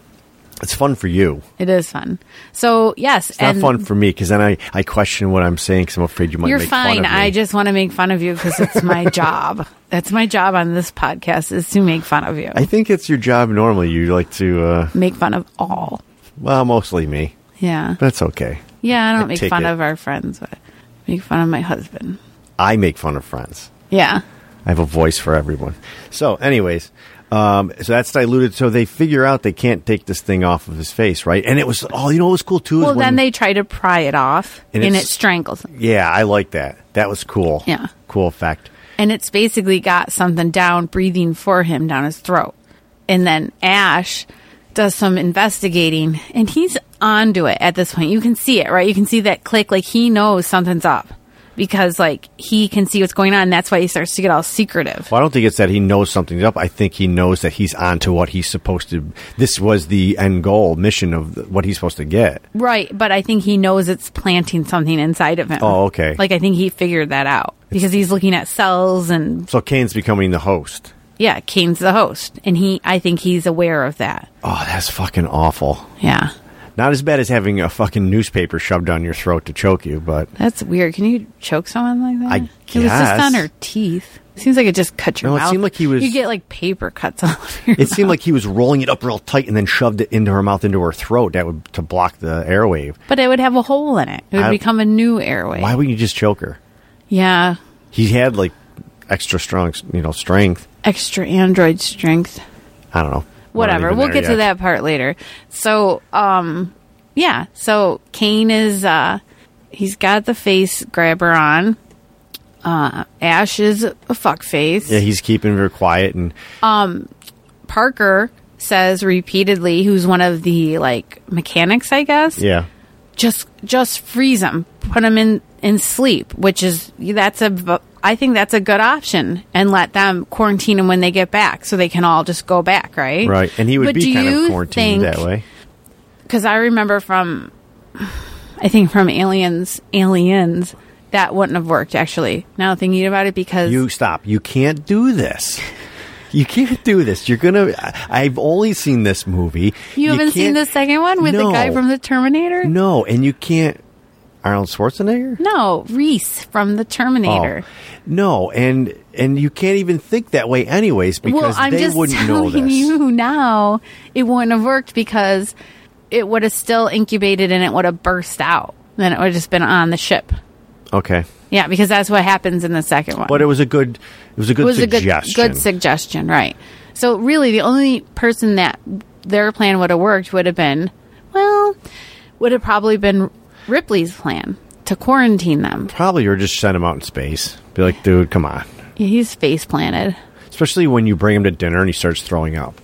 [SPEAKER 2] it's fun for you.
[SPEAKER 1] It is fun. So yes,
[SPEAKER 2] It's not fun for me because then I, I question what I'm saying because I'm afraid you might
[SPEAKER 1] You're
[SPEAKER 2] make
[SPEAKER 1] fine.
[SPEAKER 2] fun of me.
[SPEAKER 1] I just want to make fun of you because it's
[SPEAKER 2] *laughs*
[SPEAKER 1] my job. That's my job on this podcast is to make fun of you.
[SPEAKER 2] I think it's your job normally. You like to, uh,
[SPEAKER 1] make fun of all.
[SPEAKER 2] well, mostly me.
[SPEAKER 1] Yeah.
[SPEAKER 2] That's okay.
[SPEAKER 1] Yeah, I don't
[SPEAKER 2] I
[SPEAKER 1] make
[SPEAKER 2] take
[SPEAKER 1] fun
[SPEAKER 2] it.
[SPEAKER 1] of our friends, but make fun of my husband.
[SPEAKER 2] I make fun of friends.
[SPEAKER 1] Yeah.
[SPEAKER 2] I have a voice for everyone. So, anyways, um, so that's diluted. So they figure out they can't take this thing off of his face, right? And it was, oh, you know what was cool too? is
[SPEAKER 1] Well,
[SPEAKER 2] when-
[SPEAKER 1] then they try to pry it off
[SPEAKER 2] And
[SPEAKER 1] and,
[SPEAKER 2] it's-
[SPEAKER 1] it strangles him.
[SPEAKER 2] yeah, I like that. That was cool.
[SPEAKER 1] Yeah.
[SPEAKER 2] Cool effect.
[SPEAKER 1] And it's basically got something down breathing for him down his throat. And then Ash does some investigating and he's onto it at this point. You can see it, right? You can see that click like he knows something's up because like he can see what's going on. And that's why he starts to get all secretive.
[SPEAKER 2] Well, I don't think it's that he knows something's up. I think he knows that he's onto what he's supposed to. This was the end goal, mission of the, what he's supposed to get.
[SPEAKER 1] Right, but I think he knows it's planting something inside of him.
[SPEAKER 2] Oh, okay.
[SPEAKER 1] Like I think he figured that out because he's looking at cells and
[SPEAKER 2] So Kane's becoming the host.
[SPEAKER 1] yeah, Kane's the host and he I think he's aware of that.
[SPEAKER 2] Oh, that's fucking awful.
[SPEAKER 1] Yeah.
[SPEAKER 2] Not as bad as having a fucking newspaper shoved down your throat to choke you, but
[SPEAKER 1] That's weird. Can you choke someone like that?
[SPEAKER 2] I
[SPEAKER 1] It was just
[SPEAKER 2] guess.
[SPEAKER 1] on her teeth. Seems like it just cut your
[SPEAKER 2] No, it
[SPEAKER 1] mouth.
[SPEAKER 2] seemed like he was-
[SPEAKER 1] You get like paper cuts all *laughs* over your
[SPEAKER 2] it seemed like he was rolling it up real tight and then shoved it into her mouth, into her throat. That would to block the airwave.
[SPEAKER 1] But it would have a hole in it. It would
[SPEAKER 2] I-
[SPEAKER 1] become a new airway.
[SPEAKER 2] Why wouldn't you just choke her?
[SPEAKER 1] Yeah.
[SPEAKER 2] He had like extra strong, you know, strength.
[SPEAKER 1] Extra android strength.
[SPEAKER 2] I don't know. We're not
[SPEAKER 1] whatever.
[SPEAKER 2] even
[SPEAKER 1] We'll
[SPEAKER 2] there
[SPEAKER 1] get to
[SPEAKER 2] yet.
[SPEAKER 1] that part later. So, um, yeah. So Kane is uh, he's got the face grabber on. Uh, Ash is a fuck face.
[SPEAKER 2] Yeah, he's keeping her quiet, and
[SPEAKER 1] Parker says repeatedly, who's one of the like mechanics, I guess.
[SPEAKER 2] yeah,
[SPEAKER 1] Just just freeze him, put him in in sleep, which is that's a v- I think that's a good option, and let them quarantine him when they get back, so they can all just go back, right?
[SPEAKER 2] right. And he would
[SPEAKER 1] But
[SPEAKER 2] be
[SPEAKER 1] do
[SPEAKER 2] kind
[SPEAKER 1] you
[SPEAKER 2] of quarantined
[SPEAKER 1] think
[SPEAKER 2] that way.
[SPEAKER 1] because I remember from, I think from Aliens, Aliens, that wouldn't have worked actually. Now thinking about it, because
[SPEAKER 2] You stop. You can't do this. You can't do this. You're gonna. I- I've only seen this movie.
[SPEAKER 1] you haven't seen
[SPEAKER 2] can't-
[SPEAKER 1] the second one with the guy
[SPEAKER 2] No.
[SPEAKER 1] from the Terminator.
[SPEAKER 2] No, and you can't Arnold Schwarzenegger?
[SPEAKER 1] No, Reese from the
[SPEAKER 2] Oh.
[SPEAKER 1] Terminator.
[SPEAKER 2] No, and and you can't even think that way, anyways, because
[SPEAKER 1] well, I'm
[SPEAKER 2] they
[SPEAKER 1] just
[SPEAKER 2] wouldn't know
[SPEAKER 1] telling
[SPEAKER 2] this.
[SPEAKER 1] you *laughs* now it wouldn't have worked because it would have still incubated and it would have burst out. Then it would have just been on the ship.
[SPEAKER 2] Okay,
[SPEAKER 1] Yeah, because that's what happens in the second one.
[SPEAKER 2] but it was a good it was a good
[SPEAKER 1] It was
[SPEAKER 2] suggestion.
[SPEAKER 1] a good good suggestion, right? So really, the only person that their plan would have worked would have been, well, would have probably been Ripley's plan to quarantine them.
[SPEAKER 2] Probably, or just send him out in space. Be like, dude, come on.
[SPEAKER 1] He's face planted.
[SPEAKER 2] Especially when you bring him to dinner and he starts throwing up.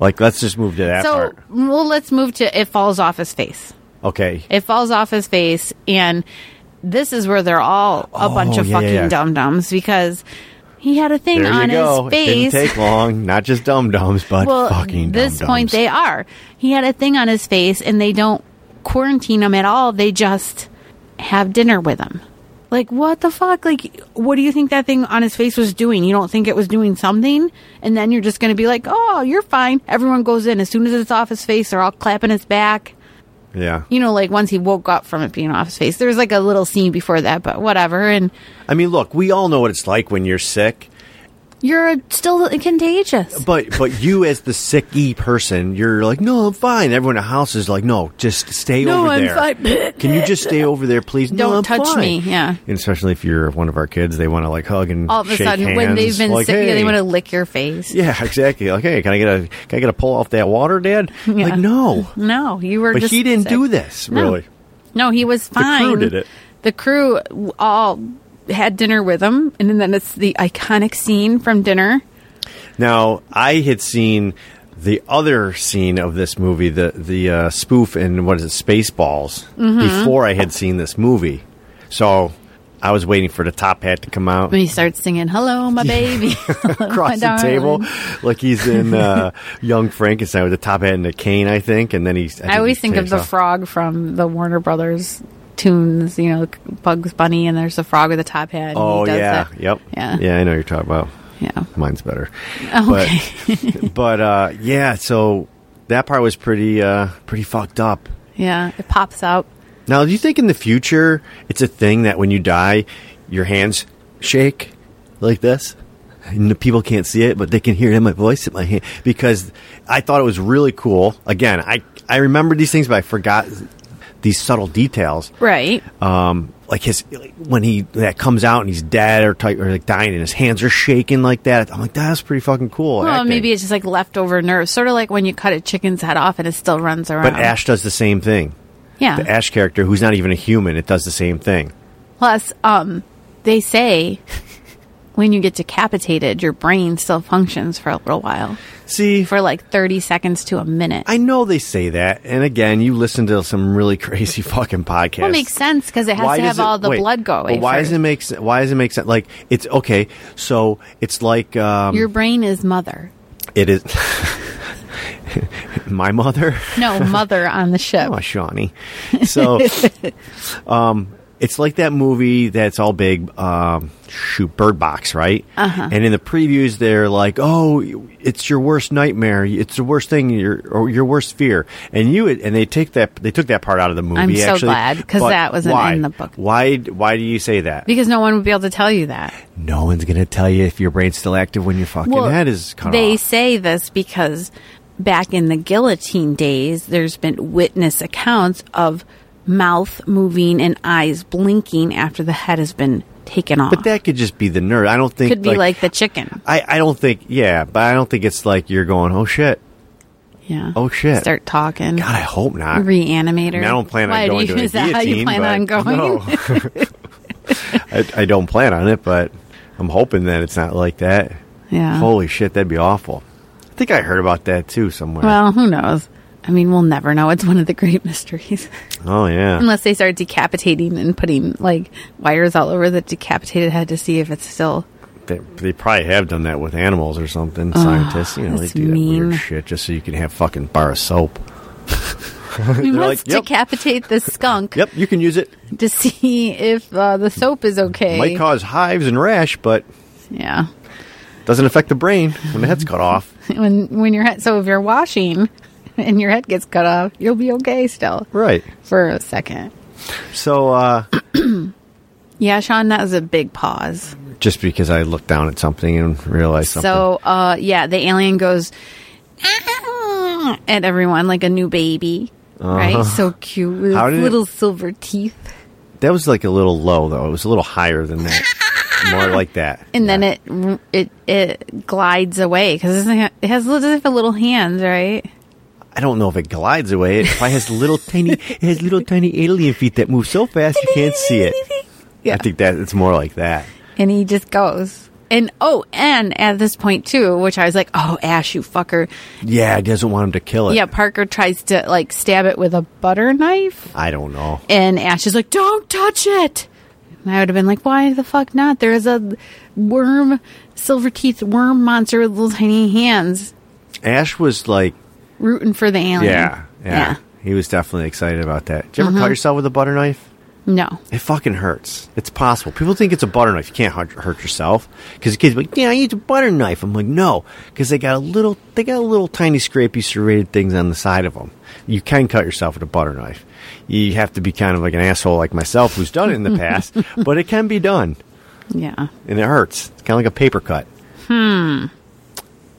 [SPEAKER 2] Like, let's just move to that
[SPEAKER 1] so
[SPEAKER 2] part.
[SPEAKER 1] well, let's move to it falls off his face.
[SPEAKER 2] Okay.
[SPEAKER 1] It falls off his face, and this is where they're all a bunch of
[SPEAKER 2] Oh, yeah, yeah,
[SPEAKER 1] fucking
[SPEAKER 2] yeah.
[SPEAKER 1] dum dums because he had a thing
[SPEAKER 2] There
[SPEAKER 1] on
[SPEAKER 2] you go.
[SPEAKER 1] his
[SPEAKER 2] It
[SPEAKER 1] face.
[SPEAKER 2] didn't take long. Not just dum dums, but
[SPEAKER 1] well,
[SPEAKER 2] fucking
[SPEAKER 1] this
[SPEAKER 2] dum-dums.
[SPEAKER 1] point they are. He had a thing on his face, and they don't quarantine him at all. They just have dinner with him. Like what the fuck? Like what do you think that thing on his face was doing? You don't think it was doing something, and then you're just going to be like, "Oh, you're fine." Everyone goes in as soon as it's off his face. They're all clapping his back.
[SPEAKER 2] yeah.
[SPEAKER 1] You know, like once he woke up from it being off his face. There was like a little scene before that, but whatever. And
[SPEAKER 2] I mean, look, we all know what it's like when you're sick,
[SPEAKER 1] you're still contagious.
[SPEAKER 2] but but you as the sicky person, you're like, no, I'm fine. Everyone in the house is like, no, just stay
[SPEAKER 1] No,
[SPEAKER 2] over
[SPEAKER 1] I'm
[SPEAKER 2] there.
[SPEAKER 1] fine.
[SPEAKER 2] Can you just stay over there, please? no,
[SPEAKER 1] Don't
[SPEAKER 2] I'm
[SPEAKER 1] touch
[SPEAKER 2] fine."
[SPEAKER 1] me, yeah.
[SPEAKER 2] And especially if you're one of our kids, they want to like hug and
[SPEAKER 1] *laughs* All of a
[SPEAKER 2] shake
[SPEAKER 1] sudden,
[SPEAKER 2] hands,
[SPEAKER 1] when they've been
[SPEAKER 2] like,
[SPEAKER 1] sick, yeah, they
[SPEAKER 2] "Hey."
[SPEAKER 1] want to lick your face.
[SPEAKER 2] Yeah, *laughs* exactly. Like, hey, can I get a can I get a pull off that water, Dad?
[SPEAKER 1] Yeah.
[SPEAKER 2] Like, no.
[SPEAKER 1] No, you *laughs* were.
[SPEAKER 2] But
[SPEAKER 1] just
[SPEAKER 2] he didn't
[SPEAKER 1] sick.
[SPEAKER 2] do this,
[SPEAKER 1] No.
[SPEAKER 2] really.
[SPEAKER 1] No, he was
[SPEAKER 2] crew
[SPEAKER 1] fine.
[SPEAKER 2] did it.
[SPEAKER 1] The crew w- all had dinner with him, and then it's the iconic scene from dinner.
[SPEAKER 2] Now, I had seen the other scene of this movie, the the uh, spoof in what is it, Spaceballs,
[SPEAKER 1] Mm-hmm.
[SPEAKER 2] before I had seen this movie. So I was waiting for the top hat to come out
[SPEAKER 1] When he starts singing, "Hello, my baby,"
[SPEAKER 2] *laughs*
[SPEAKER 1] *laughs*
[SPEAKER 2] across the table, like he's in uh, Young Frankenstein with the top hat and a cane, I think. And then he's.
[SPEAKER 1] I always think of the
[SPEAKER 2] front.
[SPEAKER 1] frog from the Warner Brothers tunes. You know, Bugs Bunny, and there's a frog with a top hat. And he
[SPEAKER 2] Oh
[SPEAKER 1] does
[SPEAKER 2] yeah,
[SPEAKER 1] that.
[SPEAKER 2] yep,
[SPEAKER 1] Yeah.
[SPEAKER 2] yeah. I know you're talking about.
[SPEAKER 1] yeah.
[SPEAKER 2] Mine's better.
[SPEAKER 1] Oh, Okay.
[SPEAKER 2] But, *laughs* but uh, yeah, so that part was pretty uh, pretty fucked up.
[SPEAKER 1] Yeah, it pops out.
[SPEAKER 2] Now, do you think in the future it's a thing that when you die, your hands shake like this? And the people can't see it, but they can hear it in my voice in my hand because I thought it was really cool. Again, I I remember these things, but I forgot these subtle details.
[SPEAKER 1] Right.
[SPEAKER 2] Um, like his like when he that comes out and he's dead or, ty- or like dying and his hands are shaking like that. I'm like, that's pretty fucking cool.
[SPEAKER 1] Well,
[SPEAKER 2] acting."
[SPEAKER 1] maybe it's just like leftover nerves, sort of like when you cut a chicken's head off and it still runs around.
[SPEAKER 2] but Ash does the same thing.
[SPEAKER 1] yeah.
[SPEAKER 2] The Ash character, who's not even a human, it does the same thing.
[SPEAKER 1] Plus, um, they say when you get decapitated, your brain still functions for a little while,
[SPEAKER 2] See,
[SPEAKER 1] for like 30 seconds to a minute.
[SPEAKER 2] I know they say that, and again, you listen to some really *laughs* crazy fucking podcasts.
[SPEAKER 1] Well, it makes sense because it has to have
[SPEAKER 2] does it-
[SPEAKER 1] all the
[SPEAKER 2] wait,
[SPEAKER 1] blood go away.
[SPEAKER 2] But why
[SPEAKER 1] first.
[SPEAKER 2] does it make se- Why does it make sense? Like it's okay. So it's like um,
[SPEAKER 1] your brain is mother?
[SPEAKER 2] it is. *laughs* my mother, *laughs*
[SPEAKER 1] No, mother on the ship.
[SPEAKER 2] oh Shawnee.
[SPEAKER 1] *laughs*
[SPEAKER 2] So, um, it's like that movie that's all big. Um, shoot, Bird Box, right? Uh-huh. And in the previews, they're like, "Oh, it's your worst nightmare. It's the worst thing. Your or your worst fear." And you and they take that they took that part out of the movie.
[SPEAKER 1] I'm so
[SPEAKER 2] actually.
[SPEAKER 1] glad, 'cause
[SPEAKER 2] But
[SPEAKER 1] that wasn't
[SPEAKER 2] why?
[SPEAKER 1] in the book.
[SPEAKER 2] Why? Why do you say that?
[SPEAKER 1] Because no one would be able to tell you that.
[SPEAKER 2] No one's gonna tell you if your brain's still active when your fucking head is cut
[SPEAKER 1] they
[SPEAKER 2] off.
[SPEAKER 1] say this because back in the guillotine days, there's been witness accounts of mouth moving and eyes blinking after the head has been taken off.
[SPEAKER 2] But that could just be the nerd. I don't think
[SPEAKER 1] could be like the chicken.
[SPEAKER 2] I, I don't think yeah, but I don't think it's like you're going, Oh shit.
[SPEAKER 1] Yeah.
[SPEAKER 2] Oh, shit.
[SPEAKER 1] Start talking.
[SPEAKER 2] God, I hope not.
[SPEAKER 1] Reanimator.
[SPEAKER 2] I, mean, I don't plan on
[SPEAKER 1] Why do
[SPEAKER 2] going
[SPEAKER 1] you-
[SPEAKER 2] to a
[SPEAKER 1] Is that how you
[SPEAKER 2] guillotine,
[SPEAKER 1] plan
[SPEAKER 2] but-
[SPEAKER 1] on going?
[SPEAKER 2] No. *laughs* I, I don't plan on it, but I'm hoping that it's not like that.
[SPEAKER 1] Yeah.
[SPEAKER 2] Holy shit, that'd be awful. I think I heard about that too somewhere.
[SPEAKER 1] Well, who knows? I mean, we'll never know. It's one of the great mysteries. *laughs*
[SPEAKER 2] oh yeah.
[SPEAKER 1] Unless they start decapitating and putting like wires all over the decapitated head to see if it's still.
[SPEAKER 2] They, they probably have done that with animals or something. Scientists, you know, they
[SPEAKER 1] that's
[SPEAKER 2] do that
[SPEAKER 1] mean.
[SPEAKER 2] weird shit just so you can have fucking bar of soap.
[SPEAKER 1] We
[SPEAKER 2] They're
[SPEAKER 1] must
[SPEAKER 2] like, "Yep."
[SPEAKER 1] decapitate this skunk
[SPEAKER 2] *laughs* Yep, you can use it.
[SPEAKER 1] to see if uh, the soap is okay.
[SPEAKER 2] Might cause hives and rash, but
[SPEAKER 1] yeah. *laughs*
[SPEAKER 2] doesn't affect the brain when the head's cut off.
[SPEAKER 1] When when your head, so if *laughs* you're washing and your head gets cut off, you'll be okay still
[SPEAKER 2] Right.
[SPEAKER 1] for a second.
[SPEAKER 2] So uh,
[SPEAKER 1] Yeah, Sean, that was a big pause.
[SPEAKER 2] just because I looked down at something and realized something.
[SPEAKER 1] So, uh, yeah, the alien goes "Ah," at everyone like a new baby, right? So cute with
[SPEAKER 2] Uh-huh. How did it-
[SPEAKER 1] little silver teeth,
[SPEAKER 2] that was like a little low though. It was a little higher than
[SPEAKER 1] *laughs*
[SPEAKER 2] that. More like that.
[SPEAKER 1] and
[SPEAKER 2] Yeah.
[SPEAKER 1] then it it it glides away because it has it doesn't have little hands, right?
[SPEAKER 2] I don't know if it glides away. It probably has little tiny. It has little tiny alien feet that move so fast you can't see it.
[SPEAKER 1] *laughs* Yeah,
[SPEAKER 2] I think that it's more like that.
[SPEAKER 1] and he just goes. And oh, and at this point too, which I was like, "Oh, Ash, you fucker!"
[SPEAKER 2] Yeah, it doesn't want him to kill it.
[SPEAKER 1] Yeah, Parker tries to like stab it with a butter knife,
[SPEAKER 2] I don't know.
[SPEAKER 1] And Ash is like, "Don't touch it." And I would have been like, "Why the fuck not? There's a worm, silver teeth worm monster with little tiny hands,
[SPEAKER 2] Ash was like,
[SPEAKER 1] rooting for the alien."
[SPEAKER 2] yeah, yeah. He was definitely excited about that. Did you ever
[SPEAKER 1] Mm-hmm.
[SPEAKER 2] cut yourself with a butter knife?
[SPEAKER 1] No.
[SPEAKER 2] It fucking hurts. It's possible. People think it's a butter knife. You can't hurt, hurt yourself because the kids be like, "Yeah, I use a butter knife." I'm like, "No," because they got a little, they got little tiny scrapey serrated things on the side of them. You can cut yourself with a butter knife. You have to be kind of like an asshole like myself who's done it
[SPEAKER 1] *laughs*
[SPEAKER 2] in the past, but it can be done,
[SPEAKER 1] Yeah.
[SPEAKER 2] and it hurts. It's kind of like a paper cut. Hmm.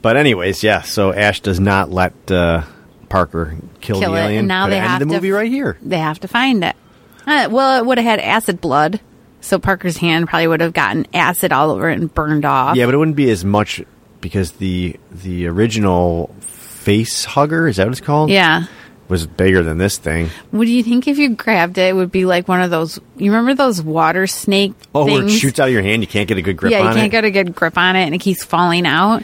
[SPEAKER 2] But anyways, yeah. So Ash does not let uh, Parker kill,
[SPEAKER 1] Kill
[SPEAKER 2] the
[SPEAKER 1] it,
[SPEAKER 2] alien.
[SPEAKER 1] and now
[SPEAKER 2] Could
[SPEAKER 1] they
[SPEAKER 2] ended
[SPEAKER 1] have
[SPEAKER 2] the
[SPEAKER 1] to-
[SPEAKER 2] movie right here.
[SPEAKER 1] They have to find it. Uh, well, it would have had acid blood, so Parker's hand probably would have gotten acid all over it and burned off.
[SPEAKER 2] Yeah, but it wouldn't be as much because the the original face hugger is that what it's called?
[SPEAKER 1] Yeah.
[SPEAKER 2] was bigger than this thing.
[SPEAKER 1] What do you think if you grabbed it? It would be like one of those. You remember those water snake?
[SPEAKER 2] Oh, where it
[SPEAKER 1] things?
[SPEAKER 2] shoots out of your hand, you can't get a good grip.
[SPEAKER 1] yeah,
[SPEAKER 2] on
[SPEAKER 1] you can't
[SPEAKER 2] it.
[SPEAKER 1] get a good grip on it, and it keeps falling out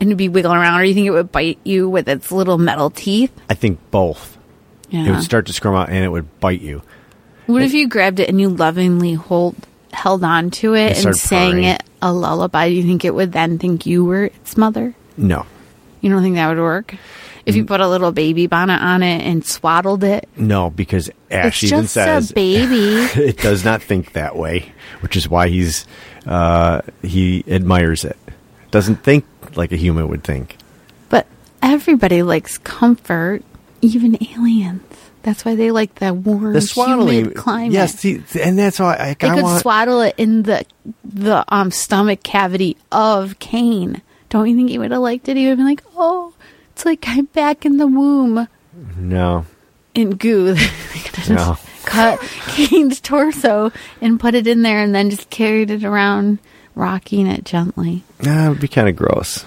[SPEAKER 1] and it'd be wiggling around. Or you think it would bite you with its little metal teeth?
[SPEAKER 2] I think both. It
[SPEAKER 1] Yeah.
[SPEAKER 2] would start to squirm out and it would bite you.
[SPEAKER 1] what if you grabbed it and you lovingly hold held on to it and
[SPEAKER 2] started
[SPEAKER 1] sang
[SPEAKER 2] purring.
[SPEAKER 1] it a lullaby? Do you think it would then think you were its mother?
[SPEAKER 2] No,
[SPEAKER 1] You don't think that would work? If
[SPEAKER 2] Mm.
[SPEAKER 1] you put a little baby bonnet on it and swaddled it,
[SPEAKER 2] no, because
[SPEAKER 1] it's
[SPEAKER 2] Ash even
[SPEAKER 1] just
[SPEAKER 2] says
[SPEAKER 1] a baby.
[SPEAKER 2] *laughs* it does not think that way, which is why he's uh, he admires it. Doesn't think like a human would think.
[SPEAKER 1] But everybody likes comfort, even aliens. That's why they like the warm,
[SPEAKER 2] The
[SPEAKER 1] humid
[SPEAKER 2] swaddling,
[SPEAKER 1] climate.
[SPEAKER 2] yes, see, and that's why I,
[SPEAKER 1] They
[SPEAKER 2] I
[SPEAKER 1] could
[SPEAKER 2] want,
[SPEAKER 1] swaddle it in the the um, stomach cavity of Cain. Don't you think he would have liked it? He would have been like, "Oh, it's like I'm back in the womb."
[SPEAKER 2] No,
[SPEAKER 1] And goo, *laughs* they could have *laughs*
[SPEAKER 2] No. *laughs*
[SPEAKER 1] just cut Cain's torso and put it in there, and then just carried it around, rocking it gently.
[SPEAKER 2] Nah, it would be kind of gross.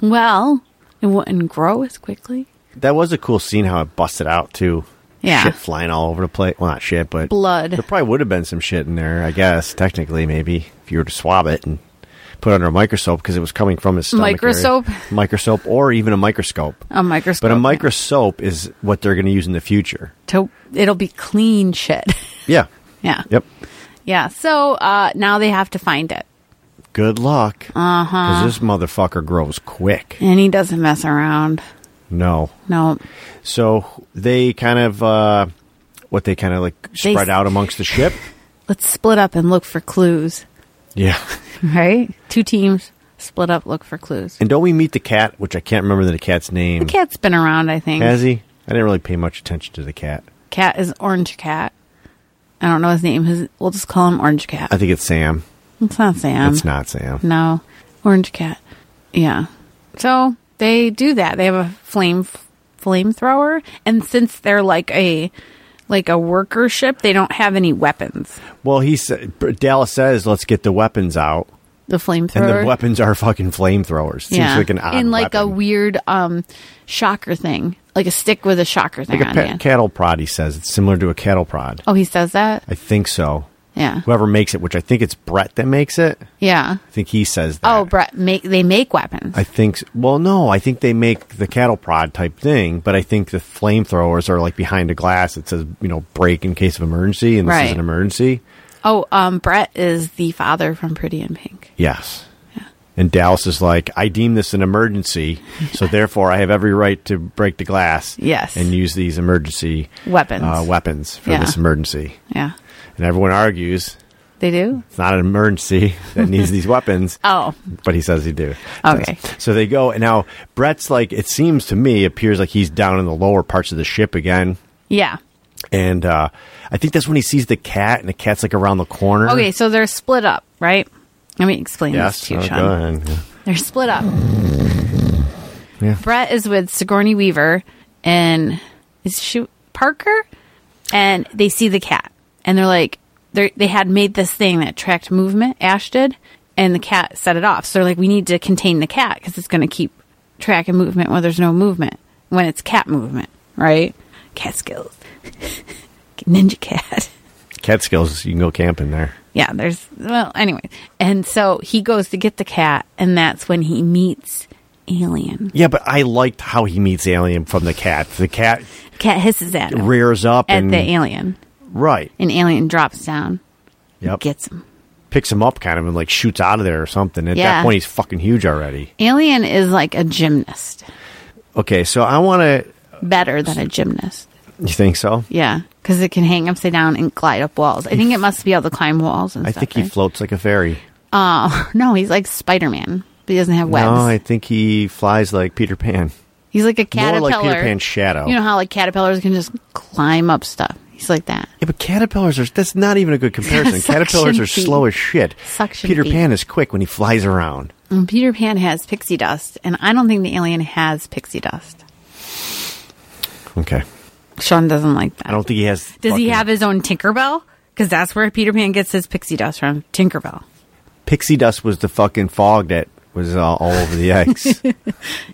[SPEAKER 1] Well, it wouldn't grow as quickly.
[SPEAKER 2] That was a cool scene how it busted out too.
[SPEAKER 1] Yeah.
[SPEAKER 2] Shit flying all over the place. Well, not shit, but
[SPEAKER 1] Blood.
[SPEAKER 2] There probably would have been some shit in there, I guess, technically, maybe, if you were to swab it and put it under a microscope because it was coming from his stomach.
[SPEAKER 1] Microscope? Oh,
[SPEAKER 2] Area. Microscope or even a microscope.
[SPEAKER 1] A microscope,
[SPEAKER 2] But a microscope is what they're going to use in the future.
[SPEAKER 1] to it'll be clean shit. *laughs*
[SPEAKER 2] Yeah.
[SPEAKER 1] yeah,
[SPEAKER 2] Yep.
[SPEAKER 1] yeah. So uh, now they have to find it. Uh-huh.
[SPEAKER 2] Good luck. Uh huh. Because this motherfucker grows quick.
[SPEAKER 1] And he doesn't mess around.
[SPEAKER 2] No.
[SPEAKER 1] No.
[SPEAKER 2] So they kind of, uh, what they kind of like
[SPEAKER 1] They-
[SPEAKER 2] spread out amongst the
[SPEAKER 1] *laughs*
[SPEAKER 2] ship.
[SPEAKER 1] Let's split up and look for clues, *laughs*
[SPEAKER 2] Yeah.
[SPEAKER 1] right? Two teams split up, look for clues.
[SPEAKER 2] And don't we meet the cat, which I can't remember the cat's name?
[SPEAKER 1] The cat's been around, I think.
[SPEAKER 2] Has he? I didn't really pay much attention to the cat.
[SPEAKER 1] cat is Orange Cat. I don't know his name. His, we'll just call him Orange Cat.
[SPEAKER 2] I think it's Sam.
[SPEAKER 1] It's not Sam.
[SPEAKER 2] it's not Sam.
[SPEAKER 1] No. Orange Cat. Yeah. So they do that. They have a flame flamethrower and since they're like a like a worker ship, they don't have any weapons.
[SPEAKER 2] Well, he said Dallas says, "Let's get the weapons out,"
[SPEAKER 1] The
[SPEAKER 2] and
[SPEAKER 1] flamethrower
[SPEAKER 2] the weapons are *laughs* fucking flamethrowers. Seems like an odd
[SPEAKER 1] in like a
[SPEAKER 2] weapon.
[SPEAKER 1] weird um shocker thing, like a stick with a shocker thing
[SPEAKER 2] like a
[SPEAKER 1] on
[SPEAKER 2] pe-
[SPEAKER 1] it.
[SPEAKER 2] cattle prod. He says it's similar to a cattle prod.
[SPEAKER 1] oh, he says that.
[SPEAKER 2] I think so.
[SPEAKER 1] Yeah,
[SPEAKER 2] Whoever makes it, which I think it's Brett that makes it.
[SPEAKER 1] yeah.
[SPEAKER 2] I think he says that.
[SPEAKER 1] Oh, Brett, make they make weapons.
[SPEAKER 2] I think. s- Well, no, I think they make the cattle prod type thing, but I think the flamethrowers are like behind a glass that says, you know, break in case of emergency, and this
[SPEAKER 1] Right.
[SPEAKER 2] is an emergency.
[SPEAKER 1] oh, um, Brett is the father from Pretty in Pink.
[SPEAKER 2] Yes. And Dallas is like, I deem this an emergency,
[SPEAKER 1] *laughs*
[SPEAKER 2] so therefore I have every right to break the glass.
[SPEAKER 1] Yes.
[SPEAKER 2] And use these emergency
[SPEAKER 1] Weapons.
[SPEAKER 2] uh, weapons for
[SPEAKER 1] Yeah.
[SPEAKER 2] this emergency.
[SPEAKER 1] Yeah,
[SPEAKER 2] And everyone argues
[SPEAKER 1] they do.
[SPEAKER 2] it's not an emergency *laughs* that needs these weapons,
[SPEAKER 1] Oh,
[SPEAKER 2] but he says he do.
[SPEAKER 1] Okay.
[SPEAKER 2] So they go, and now Brett's like, it seems to me, appears like he's down in the lower parts of the ship again.
[SPEAKER 1] yeah.
[SPEAKER 2] And uh, I think that's when he sees the cat, and the cat's like around the corner.
[SPEAKER 1] Okay, so they're split up, right? Let me explain
[SPEAKER 2] Yes.
[SPEAKER 1] this to you,
[SPEAKER 2] Oh,
[SPEAKER 1] Sean.
[SPEAKER 2] go ahead. Yeah.
[SPEAKER 1] They're split up.
[SPEAKER 2] Yeah.
[SPEAKER 1] Brett is with Sigourney Weaver and is she Parker, and they see the cat, and they're like, they they had made this thing that tracked movement. Ash did, and the cat set it off. So they're like, we need to contain the cat because it's going to keep tracking movement when there's no movement when it's cat movement, right? Cat skills, *laughs* ninja cat.
[SPEAKER 2] Cat skills. You can go camping there.
[SPEAKER 1] Yeah, there's well, anyway. And so he goes to get the cat, and that's when he meets Alien.
[SPEAKER 2] Yeah, but I liked how he meets the alien from the cat. The cat
[SPEAKER 1] Cat hisses at him
[SPEAKER 2] rears up
[SPEAKER 1] at
[SPEAKER 2] and
[SPEAKER 1] the alien,
[SPEAKER 2] right,
[SPEAKER 1] and Alien drops down,
[SPEAKER 2] yep,
[SPEAKER 1] gets him.
[SPEAKER 2] picks him up kind of and like shoots out of there or something. At
[SPEAKER 1] Yeah.
[SPEAKER 2] that point, he's fucking huge already.
[SPEAKER 1] Alien is like a gymnast,
[SPEAKER 2] Okay, so I want to.
[SPEAKER 1] better than a gymnast.
[SPEAKER 2] You think so?
[SPEAKER 1] Yeah, because it can hang upside down and glide up walls. I think it must be able to climb walls and
[SPEAKER 2] I
[SPEAKER 1] stuff.
[SPEAKER 2] think he
[SPEAKER 1] right? Oh,
[SPEAKER 2] floats like a fairy.
[SPEAKER 1] *laughs* no, he's like Spider Man, but he doesn't have webs.
[SPEAKER 2] No, I think he flies like Peter
[SPEAKER 1] *laughs*
[SPEAKER 2] Pan.
[SPEAKER 1] he's like a
[SPEAKER 2] More
[SPEAKER 1] caterpillar.
[SPEAKER 2] like Peter Pan's shadow.
[SPEAKER 1] You know how like caterpillars can just climb up stuff. He's like that.
[SPEAKER 2] Yeah, but caterpillars are. That's not even a good comparison.
[SPEAKER 1] *laughs* Suction
[SPEAKER 2] caterpillars are
[SPEAKER 1] feet.
[SPEAKER 2] slow as shit.
[SPEAKER 1] Suction
[SPEAKER 2] Peter
[SPEAKER 1] feet.
[SPEAKER 2] Pan is quick when he flies around.
[SPEAKER 1] And Mm, Peter Pan has pixie dust, and I don't think the alien has pixie dust.
[SPEAKER 2] Okay,
[SPEAKER 1] Sean doesn't like that.
[SPEAKER 2] I don't think he has.
[SPEAKER 1] Does he
[SPEAKER 2] fucking
[SPEAKER 1] have his own Tinkerbell? Because that's where Peter Pan gets his pixie dust from Tinkerbell.
[SPEAKER 2] pixie dust? Was the fucking fog that was uh, all over the
[SPEAKER 1] *laughs*
[SPEAKER 2] eggs?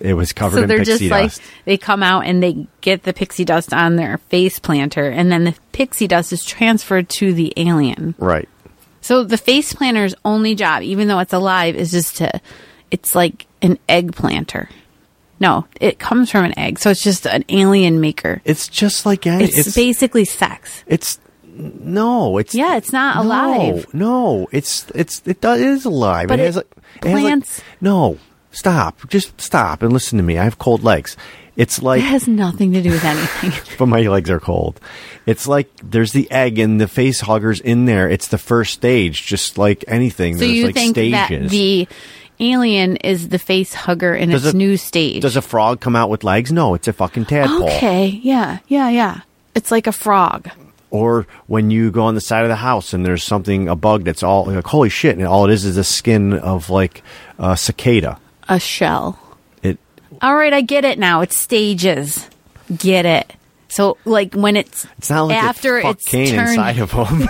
[SPEAKER 2] it was covered
[SPEAKER 1] So
[SPEAKER 2] in
[SPEAKER 1] they're just
[SPEAKER 2] pixie
[SPEAKER 1] like
[SPEAKER 2] dust.
[SPEAKER 1] they come out and they get the pixie dust on their face planter, and then the pixie dust is transferred to the alien.
[SPEAKER 2] right.
[SPEAKER 1] So the face planter's only job, even though it's alive, is just to it's like an egg planter. No, it comes from an egg, so it's just an alien maker.
[SPEAKER 2] It's just like any-
[SPEAKER 1] It's,
[SPEAKER 2] it's it's,
[SPEAKER 1] basically sex.
[SPEAKER 2] no. It's
[SPEAKER 1] Yeah, it's not
[SPEAKER 2] no,
[SPEAKER 1] alive.
[SPEAKER 2] No, it's it's it does, it is alive.
[SPEAKER 1] But
[SPEAKER 2] it
[SPEAKER 1] it
[SPEAKER 2] has, like- it has like-
[SPEAKER 1] plants-
[SPEAKER 2] no, stop. Just stop and listen to me. I have cold legs. It's like
[SPEAKER 1] It *laughs* has nothing to do
[SPEAKER 2] *laughs*
[SPEAKER 1] with anything.
[SPEAKER 2] but my legs are cold. It's like there's the egg and the face hoggers in there. It's the first stage, just like anything.
[SPEAKER 1] so
[SPEAKER 2] there's
[SPEAKER 1] you
[SPEAKER 2] like
[SPEAKER 1] think that
[SPEAKER 2] stages.
[SPEAKER 1] the alien is the face hugger in
[SPEAKER 2] Does
[SPEAKER 1] its
[SPEAKER 2] a-
[SPEAKER 1] new stage?
[SPEAKER 2] Does a frog come out with legs? No, it's a fucking tadpole.
[SPEAKER 1] okay, yeah, yeah, yeah. It's like a frog.
[SPEAKER 2] Or when you go on the side of the house and there's something, a bug that's all like, holy shit, and all it is is the skin of like a cicada.
[SPEAKER 1] a shell.
[SPEAKER 2] It
[SPEAKER 1] All right, I get it now. It's stages. Get it. So like when it's
[SPEAKER 2] it's not like
[SPEAKER 1] after
[SPEAKER 2] it fuck
[SPEAKER 1] it's
[SPEAKER 2] Kane
[SPEAKER 1] turned
[SPEAKER 2] inside of
[SPEAKER 1] *laughs*
[SPEAKER 2] him.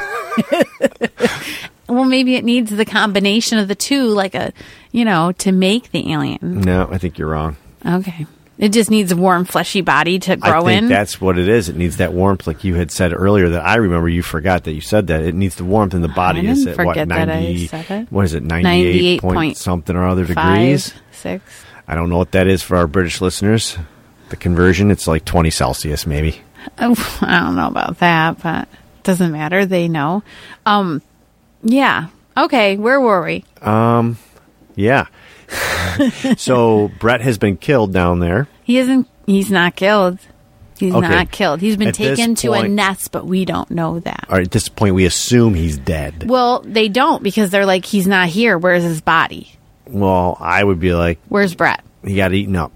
[SPEAKER 1] well maybe it needs the combination of the two like a you know to make the alien.
[SPEAKER 2] no, I think you're wrong.
[SPEAKER 1] Okay. It just needs a warm fleshy body to
[SPEAKER 2] I
[SPEAKER 1] grow
[SPEAKER 2] think
[SPEAKER 1] in.
[SPEAKER 2] that's what it is. It needs that warmth, like you had said earlier. That I remember you forgot that you said that it needs the warmth in the body.
[SPEAKER 1] I
[SPEAKER 2] is
[SPEAKER 1] didn't
[SPEAKER 2] at what
[SPEAKER 1] forget that I
[SPEAKER 2] ninety?
[SPEAKER 1] said it.
[SPEAKER 2] What is it? Ninety-eight point
[SPEAKER 1] 98.
[SPEAKER 2] something or other
[SPEAKER 1] Five,
[SPEAKER 2] degrees.
[SPEAKER 1] six.
[SPEAKER 2] I don't know what that is for our British listeners. The conversion, it's like twenty Celsius, maybe.
[SPEAKER 1] Oh, *laughs* I don't know about that, but doesn't matter. They know. Um yeah. Okay, where were we?
[SPEAKER 2] Yeah. *laughs* so Brett has been killed down there.
[SPEAKER 1] He isn't. He's not killed. He's
[SPEAKER 2] Okay.
[SPEAKER 1] not killed. He's been
[SPEAKER 2] At this
[SPEAKER 1] taken to a
[SPEAKER 2] point-
[SPEAKER 1] nest, but we don't know that.
[SPEAKER 2] Or at this point, we assume he's dead.
[SPEAKER 1] Well, they don't because they're like, he's not here. Where's his body?
[SPEAKER 2] Well, I would be like,
[SPEAKER 1] Where's Brett? Mm,
[SPEAKER 2] he got eaten up.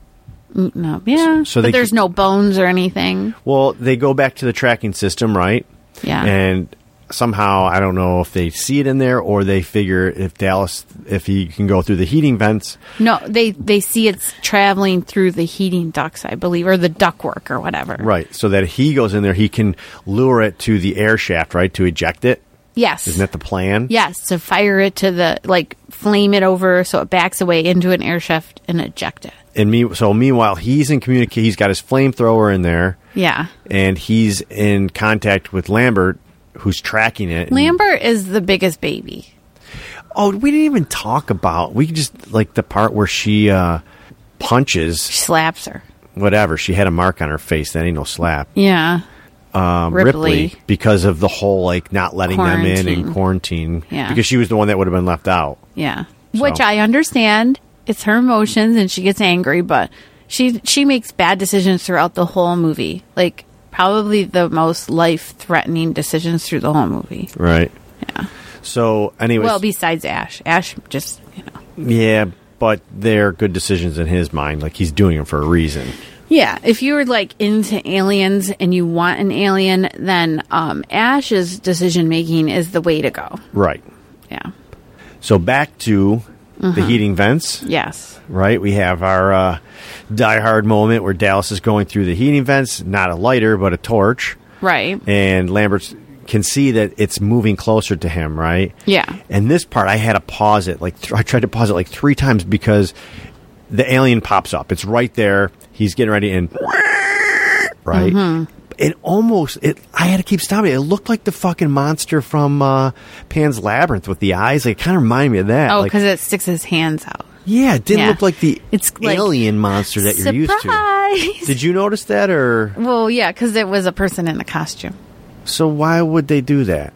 [SPEAKER 1] No, yeah.
[SPEAKER 2] so
[SPEAKER 1] but
[SPEAKER 2] they-
[SPEAKER 1] there's no bones or anything.
[SPEAKER 2] Well, they go back to the tracking system, right?
[SPEAKER 1] Yeah.
[SPEAKER 2] And somehow, I don't know if they see it in there or they figure if Dallas, if he can go through the heating vents.
[SPEAKER 1] No, they they see it's traveling through the heating ducts, I believe, or the ductwork or whatever.
[SPEAKER 2] Right. So that he goes in there, he can lure it to the air shaft, right? To eject it.
[SPEAKER 1] Yes.
[SPEAKER 2] Isn't that the plan?
[SPEAKER 1] yes, to fire it to the like flame it over so it backs away into an air shaft and eject it.
[SPEAKER 2] And me, so meanwhile, he's in communication. He's got his flamethrower in there
[SPEAKER 1] Yeah.
[SPEAKER 2] and he's in contact with Lambert. Who's tracking it? and-
[SPEAKER 1] Lambert is the biggest baby.
[SPEAKER 2] Oh, we didn't even talk about. We just like the part where she uh, punches
[SPEAKER 1] She slaps her.
[SPEAKER 2] whatever. She had a mark on her face. That ain't no slap.
[SPEAKER 1] Yeah.
[SPEAKER 2] um, Ripley.
[SPEAKER 1] Ripley.
[SPEAKER 2] because of the whole like not letting them in
[SPEAKER 1] Quarantine.
[SPEAKER 2] and quarantine.
[SPEAKER 1] Yeah.
[SPEAKER 2] Because she was the one that would have been left out.
[SPEAKER 1] Yeah. Which I understand. It's her emotions and she gets angry, but she she makes bad decisions throughout the whole movie. Like probably the most life-threatening decisions through the whole movie.
[SPEAKER 2] Right. Yeah. So, anyways,
[SPEAKER 1] Well, besides Ash. Ash just, you know.
[SPEAKER 2] yeah, but they're good decisions in his mind. Like he's doing them for a reason.
[SPEAKER 1] Yeah, if you were like into aliens and you want an alien, then um, Ash's decision making is the way to go.
[SPEAKER 2] Right.
[SPEAKER 1] Yeah.
[SPEAKER 2] So back to
[SPEAKER 1] Mm-hmm.
[SPEAKER 2] the heating vents.
[SPEAKER 1] Yes.
[SPEAKER 2] right? We have our uh, diehard moment where Dallas is going through the heating vents, not a lighter, but a torch.
[SPEAKER 1] Right.
[SPEAKER 2] And Lambert can see that it's moving closer to him, right?
[SPEAKER 1] Yeah.
[SPEAKER 2] And this part, I had to pause it. Like, th- I tried to pause it like three times because the alien pops up. It's right there. He's getting ready and. *laughs* Right?
[SPEAKER 1] Mm-hmm.
[SPEAKER 2] It almost, it. I had to keep stopping. It looked like the fucking monster from uh, Pan's Labyrinth with the eyes. Like, it kind of reminded me of that.
[SPEAKER 1] Oh,
[SPEAKER 2] Like,
[SPEAKER 1] because it sticks his hands out.
[SPEAKER 2] yeah, it didn't
[SPEAKER 1] Yeah.
[SPEAKER 2] look like the
[SPEAKER 1] It's like-
[SPEAKER 2] alien monster that you're used to.
[SPEAKER 1] Surprise! *laughs*
[SPEAKER 2] Did you notice that, or
[SPEAKER 1] well, yeah, because it was a person in the costume.
[SPEAKER 2] so? Why would they do that?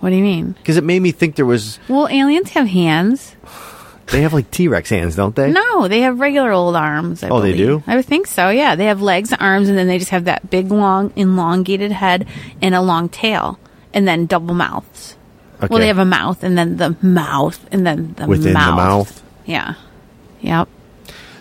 [SPEAKER 1] What do you mean?
[SPEAKER 2] Because it made me think there was
[SPEAKER 1] Well, aliens have hands.
[SPEAKER 2] they have like T Rex hands, don't they?
[SPEAKER 1] No, they have regular old arms. I
[SPEAKER 2] Oh, they
[SPEAKER 1] believe.
[SPEAKER 2] do?
[SPEAKER 1] I would think so. Yeah, they have legs, arms, and then they just have that big, long, elongated head and a long tail, and then double mouths.
[SPEAKER 2] Okay.
[SPEAKER 1] Well, they have a mouth, and then the mouth, and then the
[SPEAKER 2] Within the
[SPEAKER 1] mouth.
[SPEAKER 2] mouth?
[SPEAKER 1] Yeah. Yep.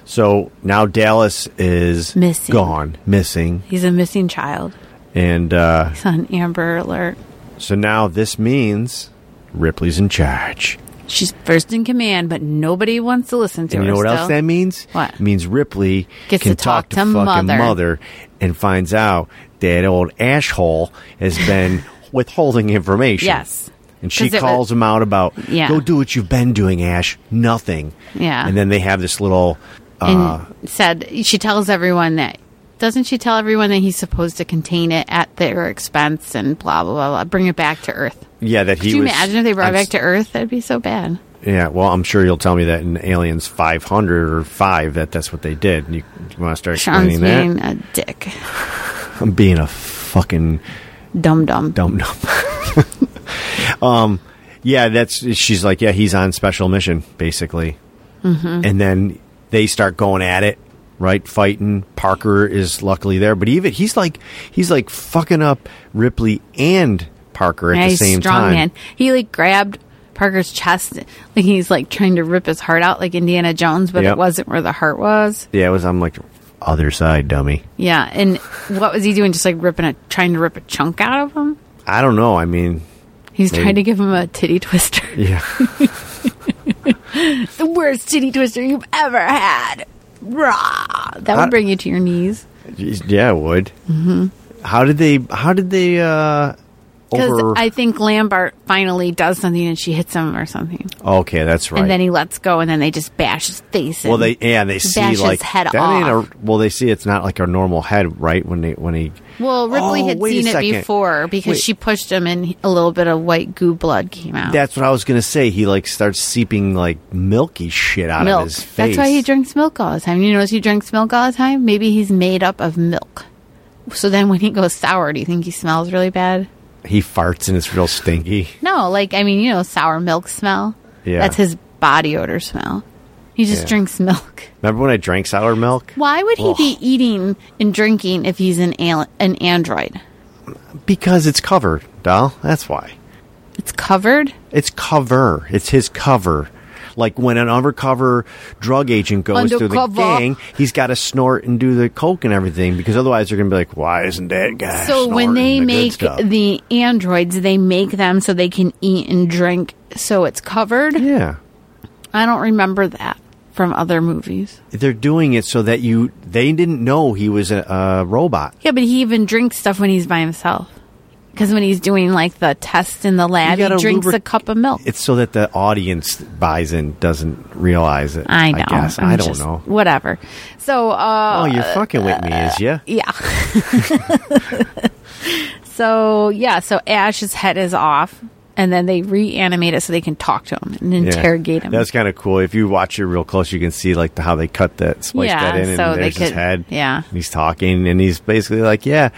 [SPEAKER 2] So now Dallas is
[SPEAKER 1] Missing.
[SPEAKER 2] gone, missing,
[SPEAKER 1] He's a missing child.
[SPEAKER 2] and uh,
[SPEAKER 1] He's on Amber Alert.
[SPEAKER 2] so now this means Ripley's in charge.
[SPEAKER 1] She's first in command, but nobody wants to listen to
[SPEAKER 2] And
[SPEAKER 1] her.
[SPEAKER 2] you know what
[SPEAKER 1] still.
[SPEAKER 2] else that means?
[SPEAKER 1] What?
[SPEAKER 2] It means Ripley
[SPEAKER 1] Gets
[SPEAKER 2] can
[SPEAKER 1] to talk
[SPEAKER 2] to,
[SPEAKER 1] to
[SPEAKER 2] fucking
[SPEAKER 1] Mother.
[SPEAKER 2] and finds out that old asshole has
[SPEAKER 1] *laughs*
[SPEAKER 2] been withholding information.
[SPEAKER 1] Yes.
[SPEAKER 2] And she
[SPEAKER 1] 'Cause it
[SPEAKER 2] calls
[SPEAKER 1] was-
[SPEAKER 2] him out about,
[SPEAKER 1] Yeah.
[SPEAKER 2] go do what you've been doing, Ash. Nothing.
[SPEAKER 1] Yeah.
[SPEAKER 2] And then they have this little,
[SPEAKER 1] and
[SPEAKER 2] uh,
[SPEAKER 1] said she tells everyone that doesn't she tell everyone that he's supposed to contain it at their expense and blah blah blah, blah bring it back to Earth.
[SPEAKER 2] yeah, that he
[SPEAKER 1] Could you
[SPEAKER 2] was.
[SPEAKER 1] imagine if they brought
[SPEAKER 2] I'm
[SPEAKER 1] it back
[SPEAKER 2] s-
[SPEAKER 1] to Earth? That'd be so bad.
[SPEAKER 2] Yeah, well, I'm sure you'll tell me that in Aliens 500 or 5 that that's what they did. You, you want to start
[SPEAKER 1] Sean's
[SPEAKER 2] explaining that?
[SPEAKER 1] being a dick,
[SPEAKER 2] I'm being a fucking
[SPEAKER 1] dum dum.
[SPEAKER 2] dumb dumb. *laughs* um, yeah, that's she's like, yeah, he's on special mission basically,
[SPEAKER 1] Mm-hmm.
[SPEAKER 2] and then they start going at it, right? Fighting. Parker is luckily there, but even he's like, he's like fucking up Ripley and Parker at
[SPEAKER 1] Yeah,
[SPEAKER 2] the
[SPEAKER 1] he's
[SPEAKER 2] same
[SPEAKER 1] a strong
[SPEAKER 2] time.
[SPEAKER 1] man. He like grabbed Parker's chest, like he's like trying to rip his heart out, like Indiana Jones, but
[SPEAKER 2] Yep.
[SPEAKER 1] it wasn't where the heart was.
[SPEAKER 2] Yeah, it was. I'm like other side, dummy.
[SPEAKER 1] Yeah, and what was he doing? Just like ripping a, trying to rip a chunk out of him.
[SPEAKER 2] I don't know. I mean,
[SPEAKER 1] He's
[SPEAKER 2] Maybe.
[SPEAKER 1] trying to give him a titty twister. *laughs*
[SPEAKER 2] yeah.
[SPEAKER 1] the worst titty twister you've ever had. Rah! That
[SPEAKER 2] I-
[SPEAKER 1] would bring you to your knees.
[SPEAKER 2] yeah, it would. Mm-hmm. How did they? How did they? uh
[SPEAKER 1] Because
[SPEAKER 2] over
[SPEAKER 1] I think Lambert finally does something and she hits him or something.
[SPEAKER 2] okay that's right
[SPEAKER 1] And then he lets go and then they just bash his face.
[SPEAKER 2] Well,
[SPEAKER 1] in.
[SPEAKER 2] they yeah, and they see
[SPEAKER 1] bash his
[SPEAKER 2] like
[SPEAKER 1] head
[SPEAKER 2] that ain't a well. They see it's not like a normal head, right? When they when he
[SPEAKER 1] Well, Ripley
[SPEAKER 2] Oh,
[SPEAKER 1] had
[SPEAKER 2] wait a
[SPEAKER 1] seen it
[SPEAKER 2] second.
[SPEAKER 1] before because
[SPEAKER 2] Wait.
[SPEAKER 1] she pushed him and a little bit of white goo blood came out.
[SPEAKER 2] that's what I was gonna say. He like starts seeping like milky shit out of
[SPEAKER 1] milk.
[SPEAKER 2] his face.
[SPEAKER 1] That's why he drinks milk all the time. You notice he drinks milk all the time? Maybe he's made up of milk. So then when he goes sour, do you think he smells really bad?
[SPEAKER 2] He farts and it's real stinky.
[SPEAKER 1] No, like I mean, you know, sour milk smell.
[SPEAKER 2] Yeah.
[SPEAKER 1] that's his body odor smell. He just
[SPEAKER 2] Yeah.
[SPEAKER 1] drinks milk.
[SPEAKER 2] Remember when I drank sour milk?
[SPEAKER 1] Why would he be eating and drinking if he's an al- an android?
[SPEAKER 2] Because it's covered, doll. That's why
[SPEAKER 1] It's covered.
[SPEAKER 2] it's cover. It's his cover. Like when an undercover drug agent goes through the
[SPEAKER 1] Undercover.
[SPEAKER 2] gang, he's got to snort and do the coke and everything because otherwise they're gonna be like, "Why isn't that guy?"
[SPEAKER 1] so when they
[SPEAKER 2] snorting the good
[SPEAKER 1] make
[SPEAKER 2] stuff?"
[SPEAKER 1] the androids, they make them so they can eat and drink. So it's covered.
[SPEAKER 2] yeah,
[SPEAKER 1] I don't remember that from other movies.
[SPEAKER 2] they're doing it so that you they didn't know he was a, a robot.
[SPEAKER 1] Yeah, but he even drinks stuff when he's by himself. Because when he's doing like the test in the lab,
[SPEAKER 2] You
[SPEAKER 1] he
[SPEAKER 2] gotta
[SPEAKER 1] drinks a
[SPEAKER 2] lubric-
[SPEAKER 1] cup of milk.
[SPEAKER 2] It's so that the audience buys in doesn't realize it.
[SPEAKER 1] I know.
[SPEAKER 2] I, guess.
[SPEAKER 1] I'm
[SPEAKER 2] I don't
[SPEAKER 1] just-
[SPEAKER 2] know.
[SPEAKER 1] Whatever. So, uh,
[SPEAKER 2] Oh, you're fucking with me, is ya?
[SPEAKER 1] yeah. so, yeah. So Ash's head is off, and then they reanimate it so they can talk to him and
[SPEAKER 2] Yeah.
[SPEAKER 1] interrogate him.
[SPEAKER 2] That's kind of cool. If you watch it real close, you can see like the, how they cut that, splice
[SPEAKER 1] Yeah,
[SPEAKER 2] that in, and
[SPEAKER 1] so they
[SPEAKER 2] there's his
[SPEAKER 1] could-
[SPEAKER 2] head.
[SPEAKER 1] yeah.
[SPEAKER 2] And he's talking, and he's basically like, "Yeah,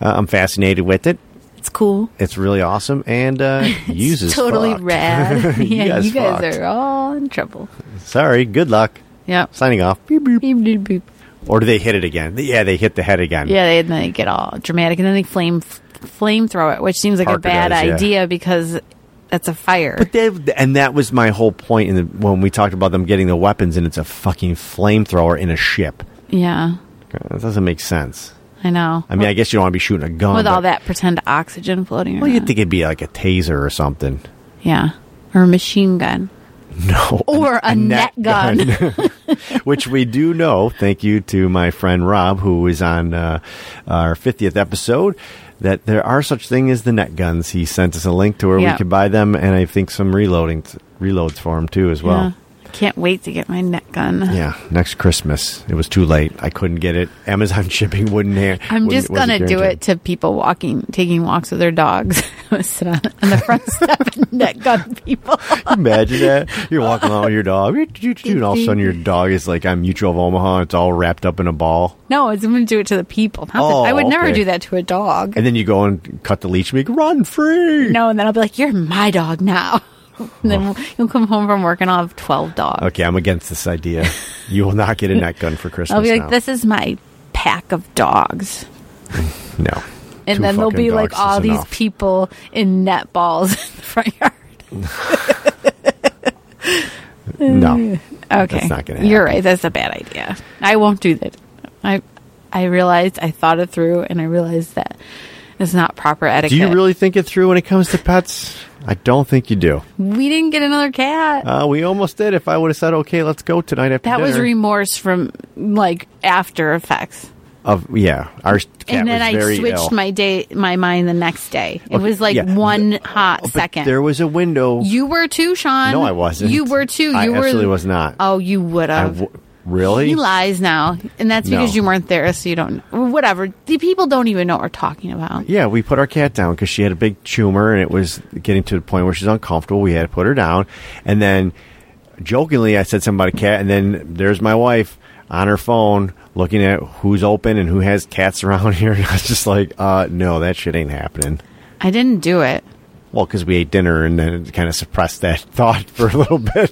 [SPEAKER 2] uh, I'm fascinated with it.
[SPEAKER 1] it's cool.
[SPEAKER 2] It's really awesome, and uh, uses
[SPEAKER 1] *laughs* It's totally
[SPEAKER 2] fucked. *laughs*
[SPEAKER 1] rad. *laughs*
[SPEAKER 2] You
[SPEAKER 1] yeah,
[SPEAKER 2] guys
[SPEAKER 1] you guys
[SPEAKER 2] fucked.
[SPEAKER 1] are all in trouble.
[SPEAKER 2] Sorry, good luck.
[SPEAKER 1] Yep.
[SPEAKER 2] Signing off. Beep, beep.
[SPEAKER 1] Beep, beep, beep.
[SPEAKER 2] Or do they hit it again? Yeah, they hit the head again.
[SPEAKER 1] Yeah, they, and they get all dramatic, and then they flame flame throw it, which seems like
[SPEAKER 2] Parker
[SPEAKER 1] a bad
[SPEAKER 2] does, yeah.
[SPEAKER 1] idea because that's a fire.
[SPEAKER 2] But they, and that was my whole point in the, when we talked about them getting the weapons, and it's a fucking flamethrower in a ship.
[SPEAKER 1] yeah.
[SPEAKER 2] That doesn't make sense.
[SPEAKER 1] I know.
[SPEAKER 2] I mean, I guess you don't want to be shooting a gun
[SPEAKER 1] with all
[SPEAKER 2] but-
[SPEAKER 1] that pretend oxygen floating
[SPEAKER 2] Well,
[SPEAKER 1] around.
[SPEAKER 2] you'd think it'd be like a taser or something.
[SPEAKER 1] yeah, or a machine gun,
[SPEAKER 2] *laughs* No.
[SPEAKER 1] or a, net, gun. *laughs*
[SPEAKER 2] *laughs* Which we do know. Thank you to my friend Rob, who is on uh, our 50th episode, that there are such thing as the net guns. He sent us a link to where
[SPEAKER 1] Yeah.
[SPEAKER 2] we could buy them, and I think some reloading reloads for him too as well.
[SPEAKER 1] Yeah. Can't wait to get my net gun.
[SPEAKER 2] Yeah, next Christmas. It was too late. I couldn't get it. Amazon *laughs* shipping wouldn't. Ha-
[SPEAKER 1] I'm
[SPEAKER 2] wouldn't-
[SPEAKER 1] just
[SPEAKER 2] wasn't
[SPEAKER 1] gonna do
[SPEAKER 2] guaranteed.
[SPEAKER 1] it to people walking, taking walks with their dogs. *laughs* I'm gonna Sit on, on the front step and net gun
[SPEAKER 2] *laughs*
[SPEAKER 1] people.
[SPEAKER 2] Imagine that. You're walking along with your dog, and all of a sudden
[SPEAKER 1] *laughs*
[SPEAKER 2] your dog is like, I'm Mutual of Omaha, and it's all wrapped up in a ball.
[SPEAKER 1] No, it's, I'm gonna do it to the people. Not
[SPEAKER 2] Oh,
[SPEAKER 1] that, I would never
[SPEAKER 2] okay.
[SPEAKER 1] do that to a dog.
[SPEAKER 2] And then you go and cut the leash and be like, run free.
[SPEAKER 1] No, and then I'll be like, "You're my dog now." *laughs* and then we'll, you'll come home from work and I'll have twelve dogs.
[SPEAKER 2] Oh. Okay, I'm against this idea.
[SPEAKER 1] *laughs*
[SPEAKER 2] You will not get a net gun for Christmas.
[SPEAKER 1] I'll be like,
[SPEAKER 2] now.
[SPEAKER 1] "This is my pack of dogs,"
[SPEAKER 2] No.
[SPEAKER 1] and
[SPEAKER 2] Two
[SPEAKER 1] then there'll
[SPEAKER 2] fucking
[SPEAKER 1] be like
[SPEAKER 2] dogs is
[SPEAKER 1] all these
[SPEAKER 2] enough.
[SPEAKER 1] people in net balls *laughs* in the front yard.
[SPEAKER 2] No.
[SPEAKER 1] *laughs* Okay,
[SPEAKER 2] That's not gonna
[SPEAKER 1] You're
[SPEAKER 2] happen.
[SPEAKER 1] right. That's a bad idea. I won't do that. I I realized I thought it through, and I realized that it's not proper etiquette.
[SPEAKER 2] Do you really think it through when it comes to pets? I don't think you do.
[SPEAKER 1] We didn't get another cat.
[SPEAKER 2] Uh, we almost did. If I would have said, okay, let's go tonight after
[SPEAKER 1] that was
[SPEAKER 2] dinner."
[SPEAKER 1] remorse from like after effects.
[SPEAKER 2] of yeah, our cat
[SPEAKER 1] and then
[SPEAKER 2] was
[SPEAKER 1] I
[SPEAKER 2] very
[SPEAKER 1] switched
[SPEAKER 2] ill.
[SPEAKER 1] my day, my mind the next day. It
[SPEAKER 2] Okay,
[SPEAKER 1] was like
[SPEAKER 2] yeah.
[SPEAKER 1] one hot
[SPEAKER 2] But
[SPEAKER 1] second.
[SPEAKER 2] There was a window.
[SPEAKER 1] you were too, Sean.
[SPEAKER 2] No, I wasn't.
[SPEAKER 1] You were too. You
[SPEAKER 2] I
[SPEAKER 1] were.
[SPEAKER 2] absolutely was not.
[SPEAKER 1] Oh, you would
[SPEAKER 2] I
[SPEAKER 1] have.
[SPEAKER 2] w- really?
[SPEAKER 1] He lies now, and that's
[SPEAKER 2] No.
[SPEAKER 1] because you weren't there, so you don't. Whatever. The people don't even know what we're talking about.
[SPEAKER 2] Yeah, we put our cat down because she had a big tumor and it was getting to the point where she's uncomfortable. We had to put her down. And then jokingly, I said something about a cat. And then there's my wife on her phone looking at who's open and who has cats *laughs* around here. And I was just like, uh, no, that shit ain't happening.
[SPEAKER 1] I didn't do
[SPEAKER 2] *laughs*
[SPEAKER 1] it.
[SPEAKER 2] Well, because we ate dinner and then it kind of suppressed that *laughs* thought for a little
[SPEAKER 1] *laughs*
[SPEAKER 2] bit.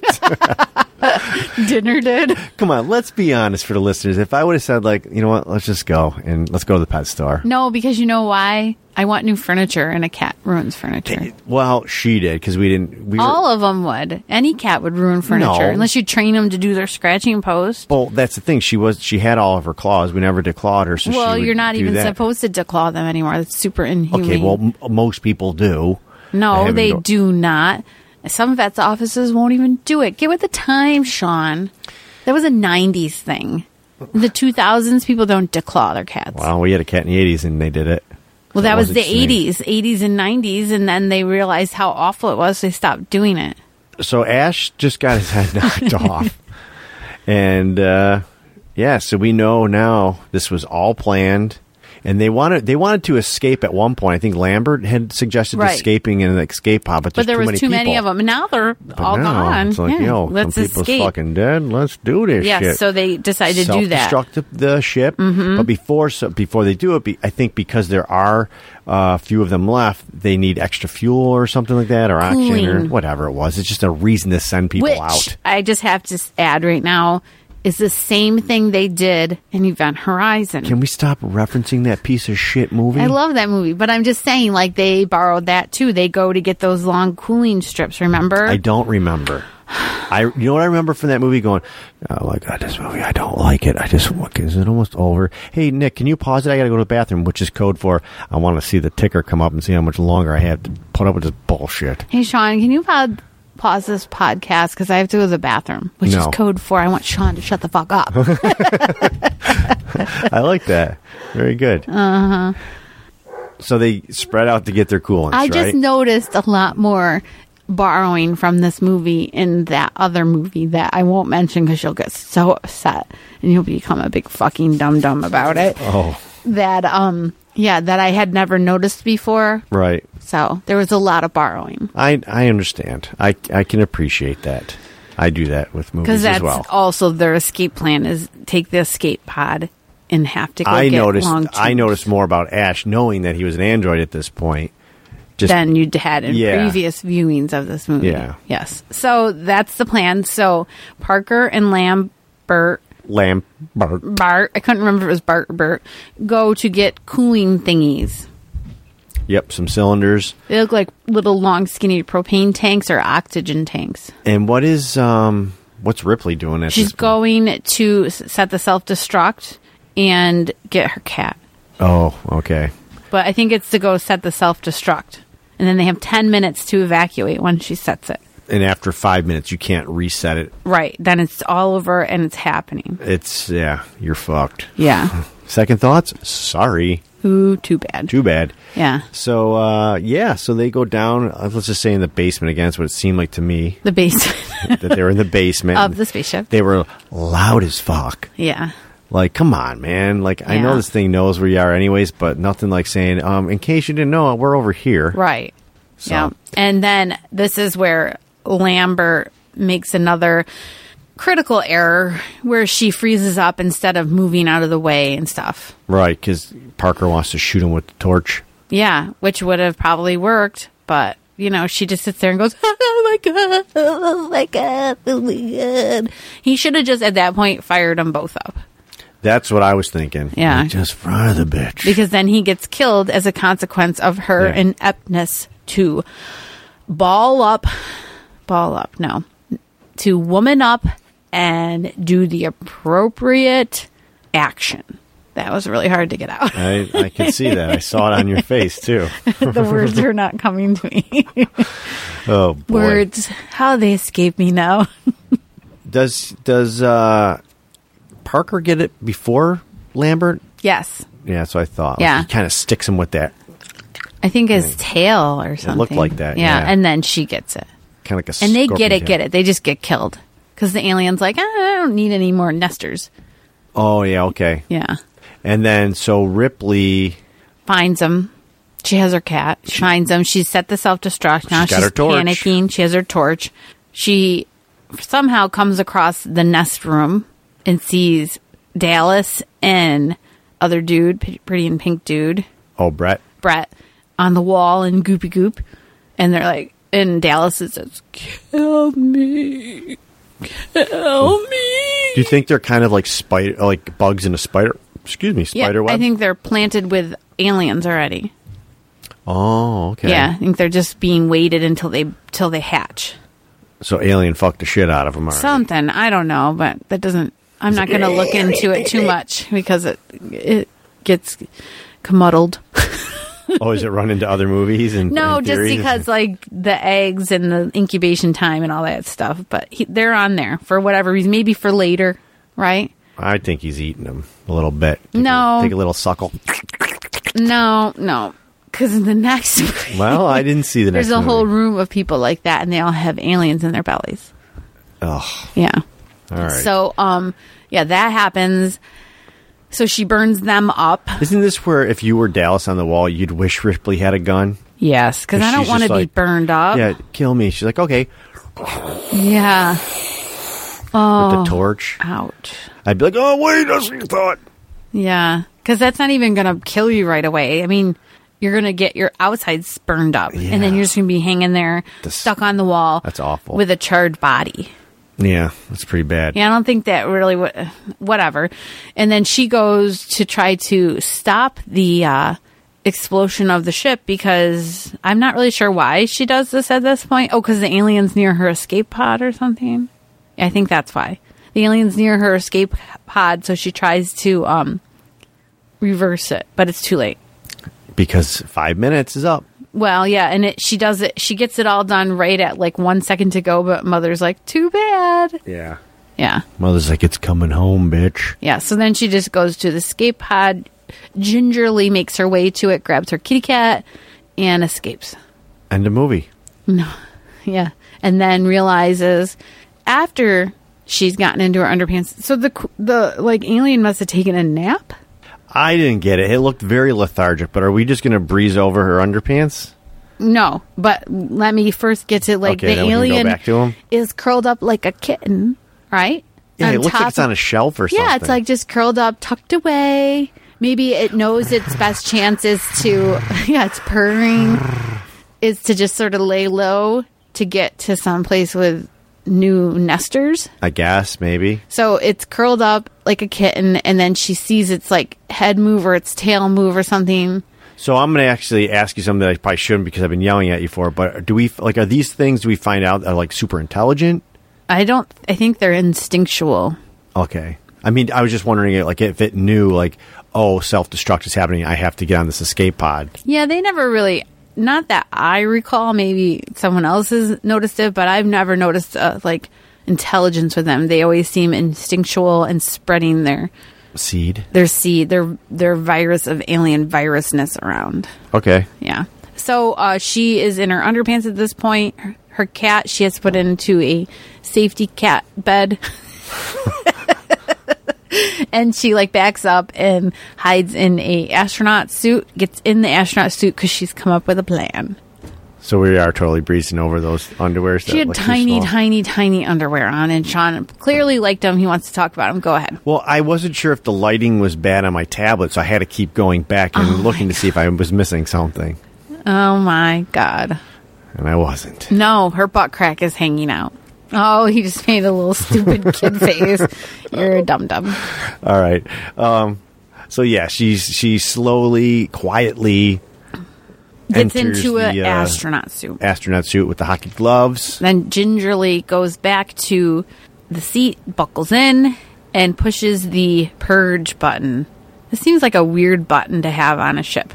[SPEAKER 1] Dinner did.
[SPEAKER 2] Come on, let's be honest for the listeners. If I would have said, like, you know what, let's just go and let's go to the pet store.
[SPEAKER 1] No, because you know why? I want new furniture, and a cat ruins furniture.
[SPEAKER 2] Well, she did because we didn't. We were,
[SPEAKER 1] All of them would. Any cat would ruin furniture
[SPEAKER 2] No.
[SPEAKER 1] unless you train them to do their scratching post.
[SPEAKER 2] Well, that's the thing. She was she had all of her claws. We never declawed her, so she
[SPEAKER 1] well,
[SPEAKER 2] would
[SPEAKER 1] you're not
[SPEAKER 2] do
[SPEAKER 1] even
[SPEAKER 2] that.
[SPEAKER 1] supposed to declaw them anymore. That's super inhumane.
[SPEAKER 2] Okay, well, m- most people do.
[SPEAKER 1] no,
[SPEAKER 2] haven't
[SPEAKER 1] they
[SPEAKER 2] do-
[SPEAKER 1] do not. Some vets' offices won't even do it. Get with the time, Sean. That was a '90s thing. In the 2000s, people don't declaw their cats.
[SPEAKER 2] Wow, we had a cat in the '80s and they did it.
[SPEAKER 1] Well, that,
[SPEAKER 2] That
[SPEAKER 1] was
[SPEAKER 2] was
[SPEAKER 1] the
[SPEAKER 2] extreme.
[SPEAKER 1] 80s, 80s and 90s, and then they realized how awful it was. They stopped doing it.
[SPEAKER 2] So Ash just got his head *laughs* knocked off, and uh, yeah, so we know now this was all planned. And they wanted they wanted to escape at one point. I think Lambert had suggested
[SPEAKER 1] Right.
[SPEAKER 2] escaping in an escape pod, but,
[SPEAKER 1] But there
[SPEAKER 2] there's
[SPEAKER 1] was too many
[SPEAKER 2] people.
[SPEAKER 1] of them. Now they're
[SPEAKER 2] But
[SPEAKER 1] all
[SPEAKER 2] now,
[SPEAKER 1] gone.
[SPEAKER 2] It's like,
[SPEAKER 1] yeah.
[SPEAKER 2] yo,
[SPEAKER 1] Let's
[SPEAKER 2] some people's
[SPEAKER 1] escape.
[SPEAKER 2] fucking dead. Let's do this
[SPEAKER 1] Yes,
[SPEAKER 2] shit.
[SPEAKER 1] so they decided to do that. Mm-hmm.
[SPEAKER 2] Self-destruct the, the ship, but before so, before they do it, be, I think because there are a uh, few of them left, they need extra fuel or something like that, or oxygen or
[SPEAKER 1] Cooling.
[SPEAKER 2] whatever it was. It's just a reason to send people
[SPEAKER 1] Which
[SPEAKER 2] out.
[SPEAKER 1] I just have to s- add right now is the same thing they did in Event Horizon.
[SPEAKER 2] Can we stop referencing that piece of shit movie?
[SPEAKER 1] I love that movie, but I'm just saying, like they borrowed that too. They go to get those long cooling strips. Remember?
[SPEAKER 2] I don't remember. I you know what I remember from that movie going, oh my god, this movie I don't like it. I just what is it almost over? Hey Nick, can you pause it? I gotta go to the bathroom, which is code for I want to see the ticker come up and see how much longer I have to put up with this bullshit.
[SPEAKER 1] hey, Sean, can you pod- pause this podcast because I have to go to the bathroom, which is
[SPEAKER 2] No.
[SPEAKER 1] code for I want Sean to shut the fuck up.
[SPEAKER 2] I like that. Very good. Uh huh. So they spread out to get their coolants,
[SPEAKER 1] Uh-huh. I
[SPEAKER 2] right?
[SPEAKER 1] just noticed a lot more borrowing from this movie in that other movie that I won't mention because you'll get so upset and you'll become a big fucking dum dum about it.
[SPEAKER 2] oh,
[SPEAKER 1] That um yeah that I had never noticed before.
[SPEAKER 2] right.
[SPEAKER 1] So there was a lot of borrowing
[SPEAKER 2] I I understand. I I can appreciate that. I do that with
[SPEAKER 1] because
[SPEAKER 2] movies
[SPEAKER 1] that's
[SPEAKER 2] as well.
[SPEAKER 1] also their escape plan is take the escape pod and have to go
[SPEAKER 2] I
[SPEAKER 1] get
[SPEAKER 2] noticed.
[SPEAKER 1] long
[SPEAKER 2] I
[SPEAKER 1] tubes
[SPEAKER 2] noticed more about Ash knowing that he was an android at this point. Just
[SPEAKER 1] than you'd had in
[SPEAKER 2] Yeah.
[SPEAKER 1] previous viewings of this movie.
[SPEAKER 2] Yeah.
[SPEAKER 1] Yes. So that's the plan. So Parker and Lambert
[SPEAKER 2] Lambert.
[SPEAKER 1] Bart, I couldn't remember if it was Bart or Bert, go to get cooling thingies.
[SPEAKER 2] Yep, some cylinders.
[SPEAKER 1] They look like little long, skinny propane tanks or oxygen tanks.
[SPEAKER 2] And what is um what's Ripley doing at
[SPEAKER 1] She's
[SPEAKER 2] this point?
[SPEAKER 1] going to s- set the self destruct and get her cat.
[SPEAKER 2] Oh, okay.
[SPEAKER 1] But I think it's to go set the self destruct. And then they have 10 minutes to evacuate when she sets it.
[SPEAKER 2] And after five minutes, you can't reset it.
[SPEAKER 1] Right. Then it's all over and it's happening.
[SPEAKER 2] It's yeah, you're fucked. *laughs*
[SPEAKER 1] Yeah.
[SPEAKER 2] Second thoughts? Sorry,
[SPEAKER 1] Ooh, too bad.
[SPEAKER 2] too bad.
[SPEAKER 1] Yeah.
[SPEAKER 2] So uh, yeah, so they go down. uh, Let's just say in the basement again. That's what it seemed like to me
[SPEAKER 1] The base *laughs*
[SPEAKER 2] that they were in the *laughs* basement.
[SPEAKER 1] of the spaceship.
[SPEAKER 2] they were loud as fuck.
[SPEAKER 1] Yeah.
[SPEAKER 2] Like, come on, man. Like, I know
[SPEAKER 1] Yeah.
[SPEAKER 2] this thing knows where you are, anyways, but nothing like saying, um, in case you didn't know, we're over here.
[SPEAKER 1] Right.
[SPEAKER 2] So-
[SPEAKER 1] Yeah. And then this is where Lambert makes another critical error where she freezes up instead of moving out of the way and stuff.
[SPEAKER 2] Right, because Parker wants to shoot him with the torch.
[SPEAKER 1] Yeah, which would have probably worked, but you know, she just sits there and goes, *laughs* "Oh my god, oh my god, oh my god." He should have just at that point fired them both up
[SPEAKER 2] That's what I was thinking.
[SPEAKER 1] Yeah.
[SPEAKER 2] Like, just front of the bitch.
[SPEAKER 1] because then he gets killed as a consequence of her
[SPEAKER 2] Yeah.
[SPEAKER 1] ineptness to ball up, ball up. No, to woman up and do the appropriate action. That was really hard to get out.
[SPEAKER 2] I, I can see that. I saw it on your face
[SPEAKER 1] *laughs*
[SPEAKER 2] too.
[SPEAKER 1] the words are not coming to me.
[SPEAKER 2] Oh boy.
[SPEAKER 1] words, how they escape me now. *laughs*
[SPEAKER 2] Does does uh, Parker get it before Lambert?
[SPEAKER 1] Yes.
[SPEAKER 2] Yeah, that's what I thought. Like,
[SPEAKER 1] Yeah.
[SPEAKER 2] he kind of sticks him with that,
[SPEAKER 1] I think his tail or something.
[SPEAKER 2] like that,
[SPEAKER 1] Yeah,
[SPEAKER 2] yeah.
[SPEAKER 1] and then she gets it.
[SPEAKER 2] kind of like a.
[SPEAKER 1] And they
[SPEAKER 2] scorpion
[SPEAKER 1] get it,
[SPEAKER 2] tail.
[SPEAKER 1] get it. They just get killed. Because the alien's like, "Ah, I don't need any more nesters.
[SPEAKER 2] Oh yeah, okay.
[SPEAKER 1] Yeah.
[SPEAKER 2] And then so Ripley,
[SPEAKER 1] Finds them. She has her cat. She finds them. She's set the self destruct. Now
[SPEAKER 2] She's got
[SPEAKER 1] she's,
[SPEAKER 2] her torch.
[SPEAKER 1] panicking. She has her torch. She somehow comes across the nest room and sees Dallas and other dude, p- pretty in pink dude.
[SPEAKER 2] oh Brett,
[SPEAKER 1] Brett on the wall in Goopy Goop, and they're like, and Dallas is says, "Kill me, kill me."
[SPEAKER 2] do you think they're kind of like spider, like bugs in a spider? Excuse me,
[SPEAKER 1] Yeah,
[SPEAKER 2] spider web.
[SPEAKER 1] I think they're planted with aliens already.
[SPEAKER 2] oh, okay.
[SPEAKER 1] Yeah, I think they're just being waited until they till they hatch.
[SPEAKER 2] So alien fucked the shit out of him. already.
[SPEAKER 1] Something I don't know, but that doesn't. I'm not going to look into it too much because it it gets commuddled.
[SPEAKER 2] *laughs* oh, is it run into other movies and
[SPEAKER 1] No,
[SPEAKER 2] and
[SPEAKER 1] just
[SPEAKER 2] theories?
[SPEAKER 1] because like the eggs and the incubation time and all that stuff. But he, they're on there for whatever reason, maybe for later, right?
[SPEAKER 2] I think he's eating him a little bit. Take a-
[SPEAKER 1] No.
[SPEAKER 2] take a little suckle.
[SPEAKER 1] No, no, because in
[SPEAKER 2] *laughs*
[SPEAKER 1] the next *laughs* movie,
[SPEAKER 2] Well, I didn't see the next.
[SPEAKER 1] *laughs* there's a whole
[SPEAKER 2] movie.
[SPEAKER 1] room of people like that, and they all have aliens in their bellies.
[SPEAKER 2] Ugh,
[SPEAKER 1] Yeah.
[SPEAKER 2] all right.
[SPEAKER 1] So, um, yeah, that happens. So she burns them up.
[SPEAKER 2] Isn't this where if you were Dallas on the wall, you'd wish Ripley had a gun?
[SPEAKER 1] Yes, because I don't
[SPEAKER 2] She's
[SPEAKER 1] want to
[SPEAKER 2] just like,
[SPEAKER 1] be burned up.
[SPEAKER 2] Yeah, kill me. She's like, okay,
[SPEAKER 1] yeah. Oh.
[SPEAKER 2] with the torch.
[SPEAKER 1] Ouch.
[SPEAKER 2] I'd be like, oh wait, that's what you thought.
[SPEAKER 1] Yeah, because that's not even going to kill you right away. I mean, you're going to get your outside spurned up, and
[SPEAKER 2] Yeah.
[SPEAKER 1] then you're just going to be hanging there,
[SPEAKER 2] This-
[SPEAKER 1] stuck on the wall.
[SPEAKER 2] That's awful.
[SPEAKER 1] With a charred body.
[SPEAKER 2] Yeah, that's pretty bad.
[SPEAKER 1] Yeah, I don't think that really would. Whatever. And then she goes to try to stop the uh, explosion of the ship because I'm not really sure why she does this at this point. Oh, because the aliens near her escape pod or something. I think that's why the aliens near her escape pod. So she tries to um, reverse it, but it's too late.
[SPEAKER 2] Because five minutes is up.
[SPEAKER 1] Well, yeah, and it, she does it. She gets it all done right at like one second to go, but Mother's like, "Too bad."
[SPEAKER 2] Yeah.
[SPEAKER 1] Yeah.
[SPEAKER 2] Mother's like, it's coming home, bitch.
[SPEAKER 1] Yeah, so then she just goes to the escape pod, gingerly makes her way to it, grabs her kitty cat, and escapes.
[SPEAKER 2] End of movie.
[SPEAKER 1] Yeah. And then realizes after she's gotten into her underpants. So the the like alien must have taken a nap?
[SPEAKER 2] I didn't get it. It looked very lethargic. But are we just gonna breeze over her underpants?
[SPEAKER 1] No, but let me first get to like
[SPEAKER 2] Okay,
[SPEAKER 1] the
[SPEAKER 2] then we can go
[SPEAKER 1] alien
[SPEAKER 2] back to him.
[SPEAKER 1] is curled up like a kitten, right?
[SPEAKER 2] Yeah,
[SPEAKER 1] On
[SPEAKER 2] it looks like
[SPEAKER 1] top
[SPEAKER 2] it's on a shelf or something.
[SPEAKER 1] Yeah, it's like just curled up, tucked away. Maybe it knows its best chance is to, *laughs* yeah, it's purring, is to just sort of lay low to get to someplace with new nesters.
[SPEAKER 2] I guess maybe.
[SPEAKER 1] So it's curled up like a kitten, and then she sees its like head move or its tail move or something.
[SPEAKER 2] So I'm going to actually ask you something that I probably shouldn't because I've been yelling at you for. it, But do we like are these things do we find out are like super intelligent?
[SPEAKER 1] I don't, I think they're instinctual.
[SPEAKER 2] Okay, I I mean, I was just wondering, like, if it knew, like, oh, self destruct is happening. I have to get on this escape pod.
[SPEAKER 1] Yeah, they never really. Not that I recall. Maybe someone else has noticed it, but I've never noticed uh, like intelligence with them. They always seem instinctual and spreading their
[SPEAKER 2] Seed.
[SPEAKER 1] their seed, their their virus of alien virusness around.
[SPEAKER 2] Okay.
[SPEAKER 1] Yeah. So uh, she is in her underpants at this point. Her, her cat she has put into a safety cat bed. *laughs* and she like backs up and hides in a astronaut suit. Gets in the astronaut suit because she's come up with a plan.
[SPEAKER 2] So we are totally breezing over those underwears.
[SPEAKER 1] She had tiny, tiny, tiny underwear on, and Sean clearly liked them. He wants to talk about them. Go ahead.
[SPEAKER 2] Well, I wasn't sure if the lighting was bad on my tablet, so I had to keep going back and looking to see if I was missing something,
[SPEAKER 1] Oh my god.
[SPEAKER 2] and I
[SPEAKER 1] *laughs*
[SPEAKER 2] wasn't.
[SPEAKER 1] No, her butt crack is hanging out. Oh, he just made a little stupid kid face. You're a dum dum.
[SPEAKER 2] All right. Um, so yeah, she's she slowly, quietly
[SPEAKER 1] Gets
[SPEAKER 2] enters
[SPEAKER 1] into an
[SPEAKER 2] the, uh,
[SPEAKER 1] astronaut suit.
[SPEAKER 2] astronaut suit with the hockey gloves.
[SPEAKER 1] Then gingerly goes back to the seat, buckles in, and pushes the purge button. This seems like a weird button to have on a ship.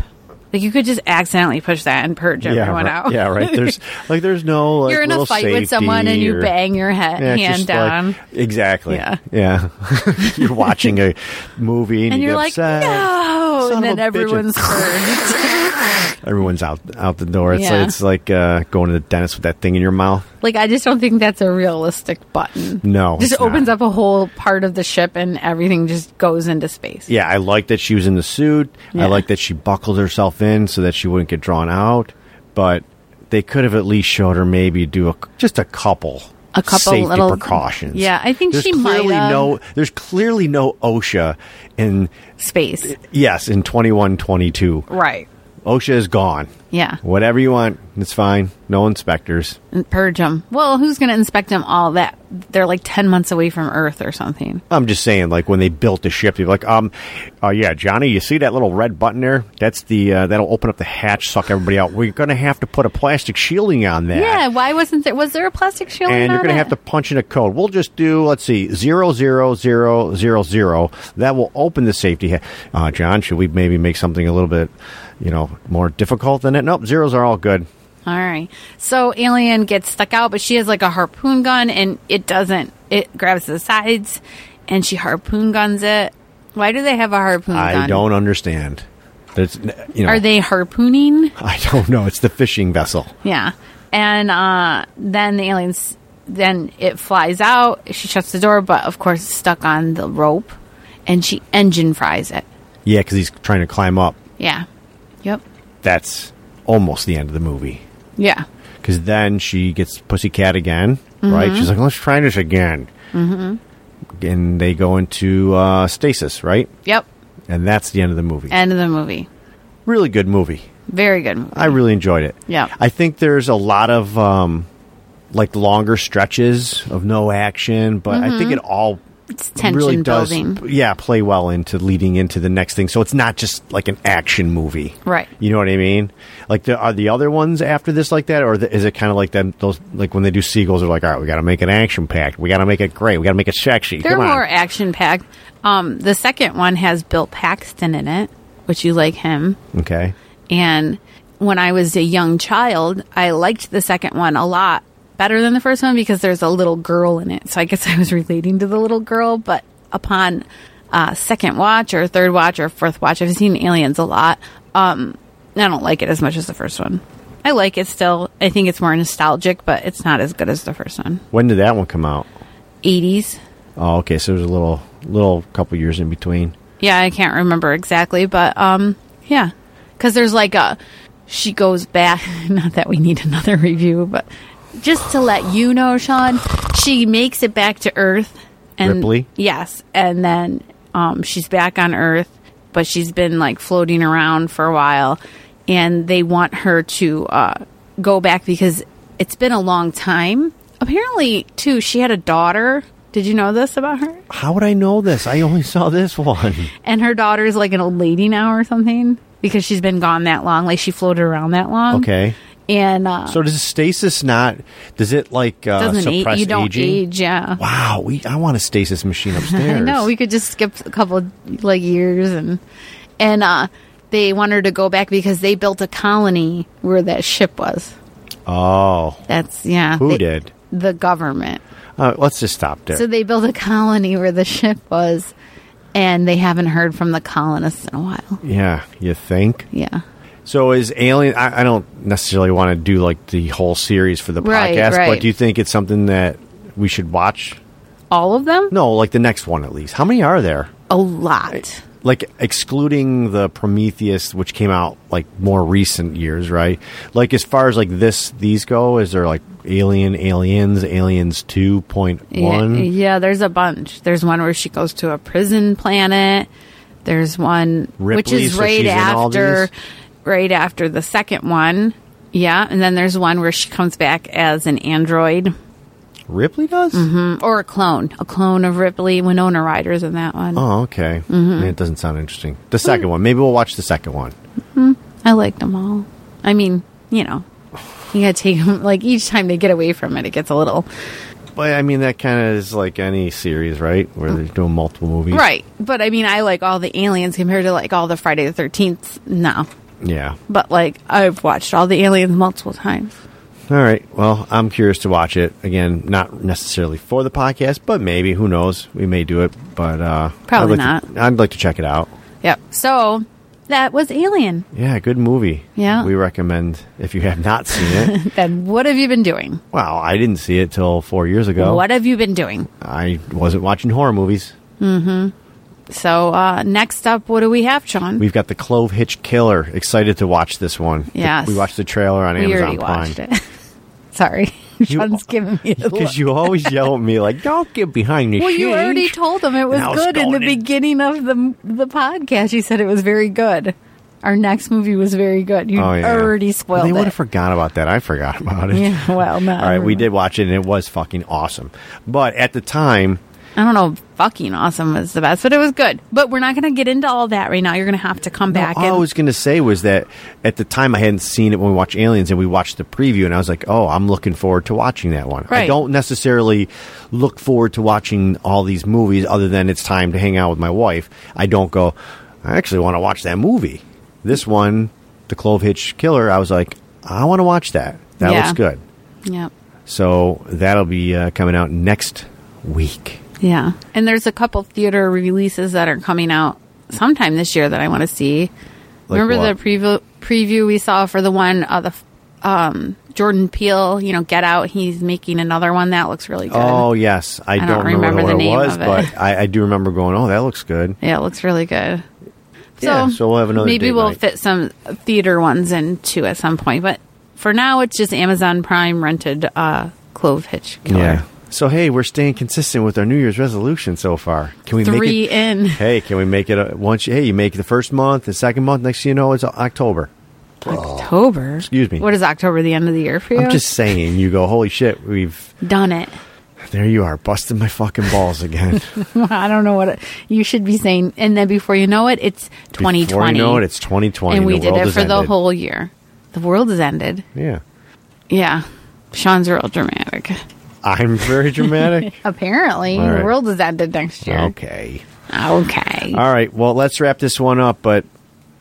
[SPEAKER 1] Like you could just accidentally push that and purge everyone
[SPEAKER 2] right,
[SPEAKER 1] out. *laughs*
[SPEAKER 2] yeah, right. There's like there's no like,
[SPEAKER 1] You're in a
[SPEAKER 2] little
[SPEAKER 1] fight with
[SPEAKER 2] safety
[SPEAKER 1] someone and you
[SPEAKER 2] or-
[SPEAKER 1] bang your head,
[SPEAKER 2] Yeah, it's
[SPEAKER 1] hand
[SPEAKER 2] just like-
[SPEAKER 1] down.
[SPEAKER 2] exactly.
[SPEAKER 1] Yeah.
[SPEAKER 2] yeah. *laughs* you're watching a movie and,
[SPEAKER 1] and
[SPEAKER 2] you
[SPEAKER 1] you're
[SPEAKER 2] get
[SPEAKER 1] like,
[SPEAKER 2] upset.
[SPEAKER 1] no!
[SPEAKER 2] Son
[SPEAKER 1] and
[SPEAKER 2] of a
[SPEAKER 1] then
[SPEAKER 2] bitch. *laughs*
[SPEAKER 1] everyone's purged.
[SPEAKER 2] Everyone's out out the door. It's
[SPEAKER 1] Yeah.
[SPEAKER 2] like, it's like uh, going to the dentist with that thing in your mouth.
[SPEAKER 1] Like I just don't think that's a realistic button.
[SPEAKER 2] No,
[SPEAKER 1] just
[SPEAKER 2] it's not.
[SPEAKER 1] opens up a whole part of the ship and everything just goes into space.
[SPEAKER 2] Yeah, I like that she was in the suit.
[SPEAKER 1] Yeah.
[SPEAKER 2] I like that she buckled herself in so that she wouldn't get drawn out. But they could have at least showed her maybe do a, just a couple,
[SPEAKER 1] A couple
[SPEAKER 2] safety
[SPEAKER 1] little-
[SPEAKER 2] precautions.
[SPEAKER 1] Yeah, I think
[SPEAKER 2] there's
[SPEAKER 1] she might
[SPEAKER 2] clearly
[SPEAKER 1] have.
[SPEAKER 2] no. There's clearly no OSHA in
[SPEAKER 1] Space.
[SPEAKER 2] yes in twenty one twenty two.
[SPEAKER 1] Right.
[SPEAKER 2] OSHA is gone.
[SPEAKER 1] Yeah.
[SPEAKER 2] Whatever you want, it's fine. No inspectors.
[SPEAKER 1] And purge them. Well, who's going to inspect them all that? They're like 10 months away from Earth or something.
[SPEAKER 2] I'm just saying, like when they built the ship, they're like, um, uh, yeah, Johnny, you see that little red button there? That's the uh, that'll open up the hatch, suck everybody out. We're gonna have to put a plastic shielding on that.
[SPEAKER 1] Yeah, why wasn't there? Was there a plastic shield?
[SPEAKER 2] And you're
[SPEAKER 1] on
[SPEAKER 2] gonna
[SPEAKER 1] it?
[SPEAKER 2] have to punch in a code. We'll just do, let's see, zero zero zero zero zero. That will open the safety. Ha- uh, John, should we maybe make something a little bit, you know, more difficult than it? Nope, zeros are all good.
[SPEAKER 1] All right. So Alien gets stuck out, but she has like a harpoon gun and it doesn't. It grabs the sides and she harpoon guns it. Why do they have a harpoon gun?
[SPEAKER 2] I don't understand. There's, n- you know,
[SPEAKER 1] Are they harpooning?
[SPEAKER 2] I don't know. It's the fishing vessel.
[SPEAKER 1] Yeah. And uh, then the aliens, then it flies out. She shuts the door, but of course, it's stuck on the rope. And she engine fries it.
[SPEAKER 2] Yeah, because he's trying to climb up.
[SPEAKER 1] Yeah. Yep.
[SPEAKER 2] that's almost the end of the movie
[SPEAKER 1] Yeah.
[SPEAKER 2] because then she gets pussycat again right she's like let's try this again mm-hmm. and they go into uh, stasis right
[SPEAKER 1] Yep.
[SPEAKER 2] and that's the end of the movie
[SPEAKER 1] End of the movie.
[SPEAKER 2] really good movie
[SPEAKER 1] Very good movie.
[SPEAKER 2] i really enjoyed it
[SPEAKER 1] Yeah.
[SPEAKER 2] i think there's a lot of um, like longer stretches of no action but i think it all
[SPEAKER 1] It's tension
[SPEAKER 2] really does
[SPEAKER 1] building.
[SPEAKER 2] yeah play well into leading into the next thing so it's not just like an action movie
[SPEAKER 1] Right.
[SPEAKER 2] you know what i mean like the, are the other ones after this like that or the, is it kind of like them those like when they do seagulls they're like all right we gotta make an action packed we gotta make it great we gotta make it sexy
[SPEAKER 1] They're
[SPEAKER 2] Come on.
[SPEAKER 1] more action packed. Um, the second one has Bill Paxton in it, which you like him.
[SPEAKER 2] okay
[SPEAKER 1] And when I was a young child, I liked the second one a lot better than the first one because there's a little girl in it. So I guess *laughs* I was relating to the little girl. But upon uh, second watch or third watch or fourth watch, I've seen Aliens a lot. Um, I don't like it as much as the first one. I like it still. I think it's more nostalgic, but it's not as good as the first one.
[SPEAKER 2] when did that one come out
[SPEAKER 1] 80s.
[SPEAKER 2] oh okay so there's a little little couple years in between
[SPEAKER 1] Yeah, I can't remember exactly, but um, yeah, because there's like a she goes back. *laughs* Not that we need another review, but just to let you know, Sean, she makes it back to Earth. And,
[SPEAKER 2] Ripley?
[SPEAKER 1] Yes, and then um, she's back on Earth, but she's been like floating around for a while, and they want her to uh, go back because it's been a long time. Apparently, too, she had a daughter. Did you know this about her?
[SPEAKER 2] how would i know this i only saw this *laughs* one
[SPEAKER 1] and her daughter's like an old lady now or something because she's been gone that long like she floated around that long
[SPEAKER 2] Okay.
[SPEAKER 1] And uh,
[SPEAKER 2] So does stasis not? Does it like uh,
[SPEAKER 1] doesn't age,
[SPEAKER 2] suppress
[SPEAKER 1] you don't
[SPEAKER 2] aging?
[SPEAKER 1] age. Yeah.
[SPEAKER 2] Wow, we I want a stasis machine upstairs.
[SPEAKER 1] *laughs* I know we could just skip a couple like years and and uh, they wanted her to go back because they built a colony where that ship was.
[SPEAKER 2] oh,
[SPEAKER 1] That's yeah.
[SPEAKER 2] Who
[SPEAKER 1] they-
[SPEAKER 2] did?
[SPEAKER 1] The government.
[SPEAKER 2] uh, let's just stop there.
[SPEAKER 1] So they built a colony where the ship was, and they haven't heard from the colonists in a while.
[SPEAKER 2] yeah, you think?
[SPEAKER 1] Yeah.
[SPEAKER 2] So is alien? I, I don't necessarily want to do like the whole series for the
[SPEAKER 1] Right,
[SPEAKER 2] podcast,
[SPEAKER 1] right.
[SPEAKER 2] but do you think it's something that we should watch?
[SPEAKER 1] All of them?
[SPEAKER 2] No, like the next one at least. How many are there?
[SPEAKER 1] A lot.
[SPEAKER 2] Like excluding the Prometheus, which came out like more recent years, right? Like as far as like this, these go, is there like Alien, Aliens, Aliens two point one?
[SPEAKER 1] Yeah, yeah, there's a bunch. There's one where she goes to a prison planet. There's one which
[SPEAKER 2] Ripley,
[SPEAKER 1] is
[SPEAKER 2] so
[SPEAKER 1] right
[SPEAKER 2] she's in all
[SPEAKER 1] after
[SPEAKER 2] these?
[SPEAKER 1] right after the second one. Yeah, and then there's one where she comes back as an android eh.
[SPEAKER 2] Ripley does.
[SPEAKER 1] Mm, or a clone, a clone of Ripley. Winona Ryder's in that one.
[SPEAKER 2] Oh, okay.
[SPEAKER 1] Mm-hmm.
[SPEAKER 2] Man, it doesn't sound interesting. The
[SPEAKER 1] Mm.
[SPEAKER 2] second one. Maybe we'll watch the second one.
[SPEAKER 1] I liked them all. I mean, you know, you gotta take them *laughs* like each time they get away from it, it gets a little
[SPEAKER 2] But I mean, that kind of is like any series, right? Where they're doing multiple movies.
[SPEAKER 1] right. But I mean, I like all the aliens compared to like all the Friday the Thirteenth. No,
[SPEAKER 2] Yeah.
[SPEAKER 1] but like I've watched all the aliens multiple times.
[SPEAKER 2] All right. Well, I'm curious to watch it again. Not necessarily for the podcast, but maybe who knows? We may do it. But uh,
[SPEAKER 1] Probably
[SPEAKER 2] I'd like
[SPEAKER 1] not.
[SPEAKER 2] To, I'd like to check it out.
[SPEAKER 1] Yep. So that was Alien. *laughs*
[SPEAKER 2] Yeah, good movie.
[SPEAKER 1] Yeah.
[SPEAKER 2] we recommend if you have not seen
[SPEAKER 1] *laughs*
[SPEAKER 2] it.
[SPEAKER 1] Then what have you been doing?
[SPEAKER 2] wow, I didn't see it till four years ago.
[SPEAKER 1] What have you been doing?
[SPEAKER 2] I wasn't watching horror movies.
[SPEAKER 1] So uh, next up, what do we have, Sean?
[SPEAKER 2] We've got the Clove Hitch Killer. Excited to watch this one.
[SPEAKER 1] Yes.
[SPEAKER 2] we watched the trailer on
[SPEAKER 1] We
[SPEAKER 2] Amazon
[SPEAKER 1] already
[SPEAKER 2] Prime. *laughs*
[SPEAKER 1] watched it. *laughs* Sorry, Sean's giving me the look.
[SPEAKER 2] Because you always yell at me like, "Don't get behind me."
[SPEAKER 1] Well, you already
[SPEAKER 2] Shank."
[SPEAKER 1] told them it was
[SPEAKER 2] I was
[SPEAKER 1] good in the
[SPEAKER 2] going in.
[SPEAKER 1] beginning of the the podcast. You said it was very good. Our next movie was very good. You
[SPEAKER 2] Oh, yeah.
[SPEAKER 1] already
[SPEAKER 2] Well,
[SPEAKER 1] spoiled
[SPEAKER 2] They would have
[SPEAKER 1] it.
[SPEAKER 2] forgot about that. I forgot *laughs* about it.
[SPEAKER 1] yeah, well, no.
[SPEAKER 2] All right, we did watch it, and it was fucking awesome. But at the time,
[SPEAKER 1] I don't know. if Fucking awesome was the best, but it was good. But we're not going to get into all that right now. You're going to have to come back.
[SPEAKER 2] all I
[SPEAKER 1] and,
[SPEAKER 2] was going to say was that at the time I hadn't seen it when we watched Aliens, and we watched the preview, and I was like, "Oh, I'm looking forward to watching that one." I
[SPEAKER 1] Right.
[SPEAKER 2] don't necessarily look forward to watching all these movies, other than it's time to hang out with my wife. I don't go. I actually want to watch that movie. This one, the Clove Hitch Killer. I was like, I want to watch that. That
[SPEAKER 1] Yeah.
[SPEAKER 2] looks good.
[SPEAKER 1] yeah,
[SPEAKER 2] So that'll be uh, coming out next week.
[SPEAKER 1] yeah. And there's a couple theater releases that are coming out sometime this year that I want to see.
[SPEAKER 2] Like
[SPEAKER 1] Remember
[SPEAKER 2] what?
[SPEAKER 1] the preview preview we saw for the one uh, the f- um, Jordan Peele, you know, Get Out. He's making another one that looks really good.
[SPEAKER 2] Oh yes, I,
[SPEAKER 1] don't
[SPEAKER 2] don't, remember,
[SPEAKER 1] remember the
[SPEAKER 2] what
[SPEAKER 1] name
[SPEAKER 2] it was,
[SPEAKER 1] of it.
[SPEAKER 2] but I, I do remember going, "Oh, that looks good."
[SPEAKER 1] Yeah, it looks really good. So,
[SPEAKER 2] Yeah, so we'll have another
[SPEAKER 1] Maybe
[SPEAKER 2] date
[SPEAKER 1] we'll
[SPEAKER 2] night.
[SPEAKER 1] fit some theater ones in too at some point, but for now it's just Amazon Prime rented uh, Clove Hitch Killer.
[SPEAKER 2] Yeah. So hey, we're staying consistent with our New Year's resolution so far. Can we
[SPEAKER 1] Three
[SPEAKER 2] make it?
[SPEAKER 1] in.
[SPEAKER 2] Hey, can we make it a, once? You, hey, you make it the first month, the second month. Next, thing you know, it's October.
[SPEAKER 1] October.
[SPEAKER 2] Oh. Excuse me.
[SPEAKER 1] What is October? The end of the year for you?
[SPEAKER 2] I'm just saying. You go, holy shit, we've
[SPEAKER 1] done it.
[SPEAKER 2] there. You are busting my fucking balls
[SPEAKER 1] *laughs*
[SPEAKER 2] again.
[SPEAKER 1] I don't know what it, you should be saying. And then before you know it, it's 2020.
[SPEAKER 2] Before you know it, it's 2020.
[SPEAKER 1] and we
[SPEAKER 2] the
[SPEAKER 1] did
[SPEAKER 2] world
[SPEAKER 1] it
[SPEAKER 2] has
[SPEAKER 1] for the
[SPEAKER 2] ended.
[SPEAKER 1] whole year. The world has ended.
[SPEAKER 2] Yeah,
[SPEAKER 1] Yeah. Sean's real dramatic.
[SPEAKER 2] I'm very
[SPEAKER 1] *laughs*
[SPEAKER 2] dramatic.
[SPEAKER 1] Apparently,
[SPEAKER 2] All
[SPEAKER 1] the
[SPEAKER 2] right. Oh.
[SPEAKER 1] world has ended next year.
[SPEAKER 2] okay.
[SPEAKER 1] Okay.
[SPEAKER 2] All right. Well, let's wrap this one up, but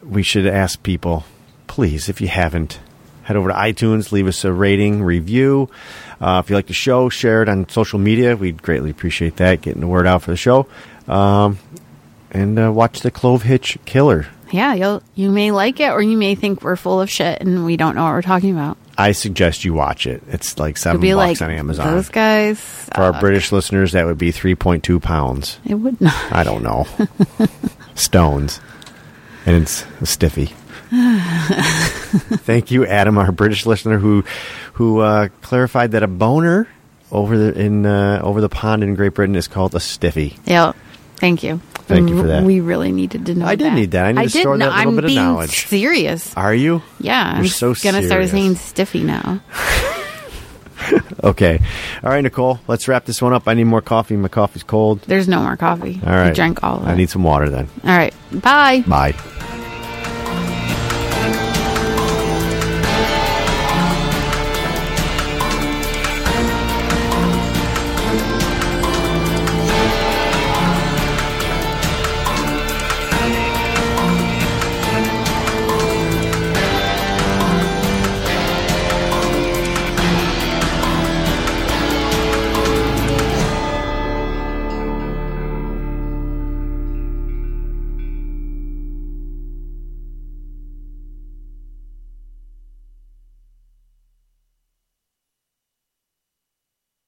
[SPEAKER 2] we should ask people, please, if you haven't, head over to iTunes, leave us a rating, review. Uh, if you like the show, share it on social media. We'd greatly appreciate that, getting the word out for the show. Um, and uh, watch The Clove Hitch Killer.
[SPEAKER 1] Yeah, you'll you may like it or you may think we're full of shit and we don't know what we're talking about.
[SPEAKER 2] I suggest you watch it. It's like
[SPEAKER 1] It'd
[SPEAKER 2] seven
[SPEAKER 1] be
[SPEAKER 2] bucks
[SPEAKER 1] like
[SPEAKER 2] on Amazon.
[SPEAKER 1] Those guys
[SPEAKER 2] for our British listeners, that would be 3.2 pounds.
[SPEAKER 1] it would not. *laughs*
[SPEAKER 2] I don't know. Stones. And it's a stiffy. Thank you, Adam, our British listener who who uh, clarified that a boner over the in uh, over the pond in Great Britain is called a stiffy.
[SPEAKER 1] Yeah. Thank you.
[SPEAKER 2] Thank you for
[SPEAKER 1] We-
[SPEAKER 2] that.
[SPEAKER 1] We really needed to know.
[SPEAKER 2] I did
[SPEAKER 1] that.
[SPEAKER 2] need that. I need to
[SPEAKER 1] did
[SPEAKER 2] store that
[SPEAKER 1] kno-
[SPEAKER 2] little
[SPEAKER 1] I'm
[SPEAKER 2] bit of
[SPEAKER 1] being
[SPEAKER 2] knowledge.
[SPEAKER 1] Serious.
[SPEAKER 2] Are you?
[SPEAKER 1] Yeah, I'm
[SPEAKER 2] You're so
[SPEAKER 1] gonna start
[SPEAKER 2] serious.
[SPEAKER 1] saying stiffy now.
[SPEAKER 2] Okay. All right, Nicole. Let's wrap this one up. I need more coffee. My coffee's cold.
[SPEAKER 1] There's no more coffee.
[SPEAKER 2] All right.
[SPEAKER 1] I drank all of it.
[SPEAKER 2] I need some water then.
[SPEAKER 1] all right. Bye.
[SPEAKER 2] Bye.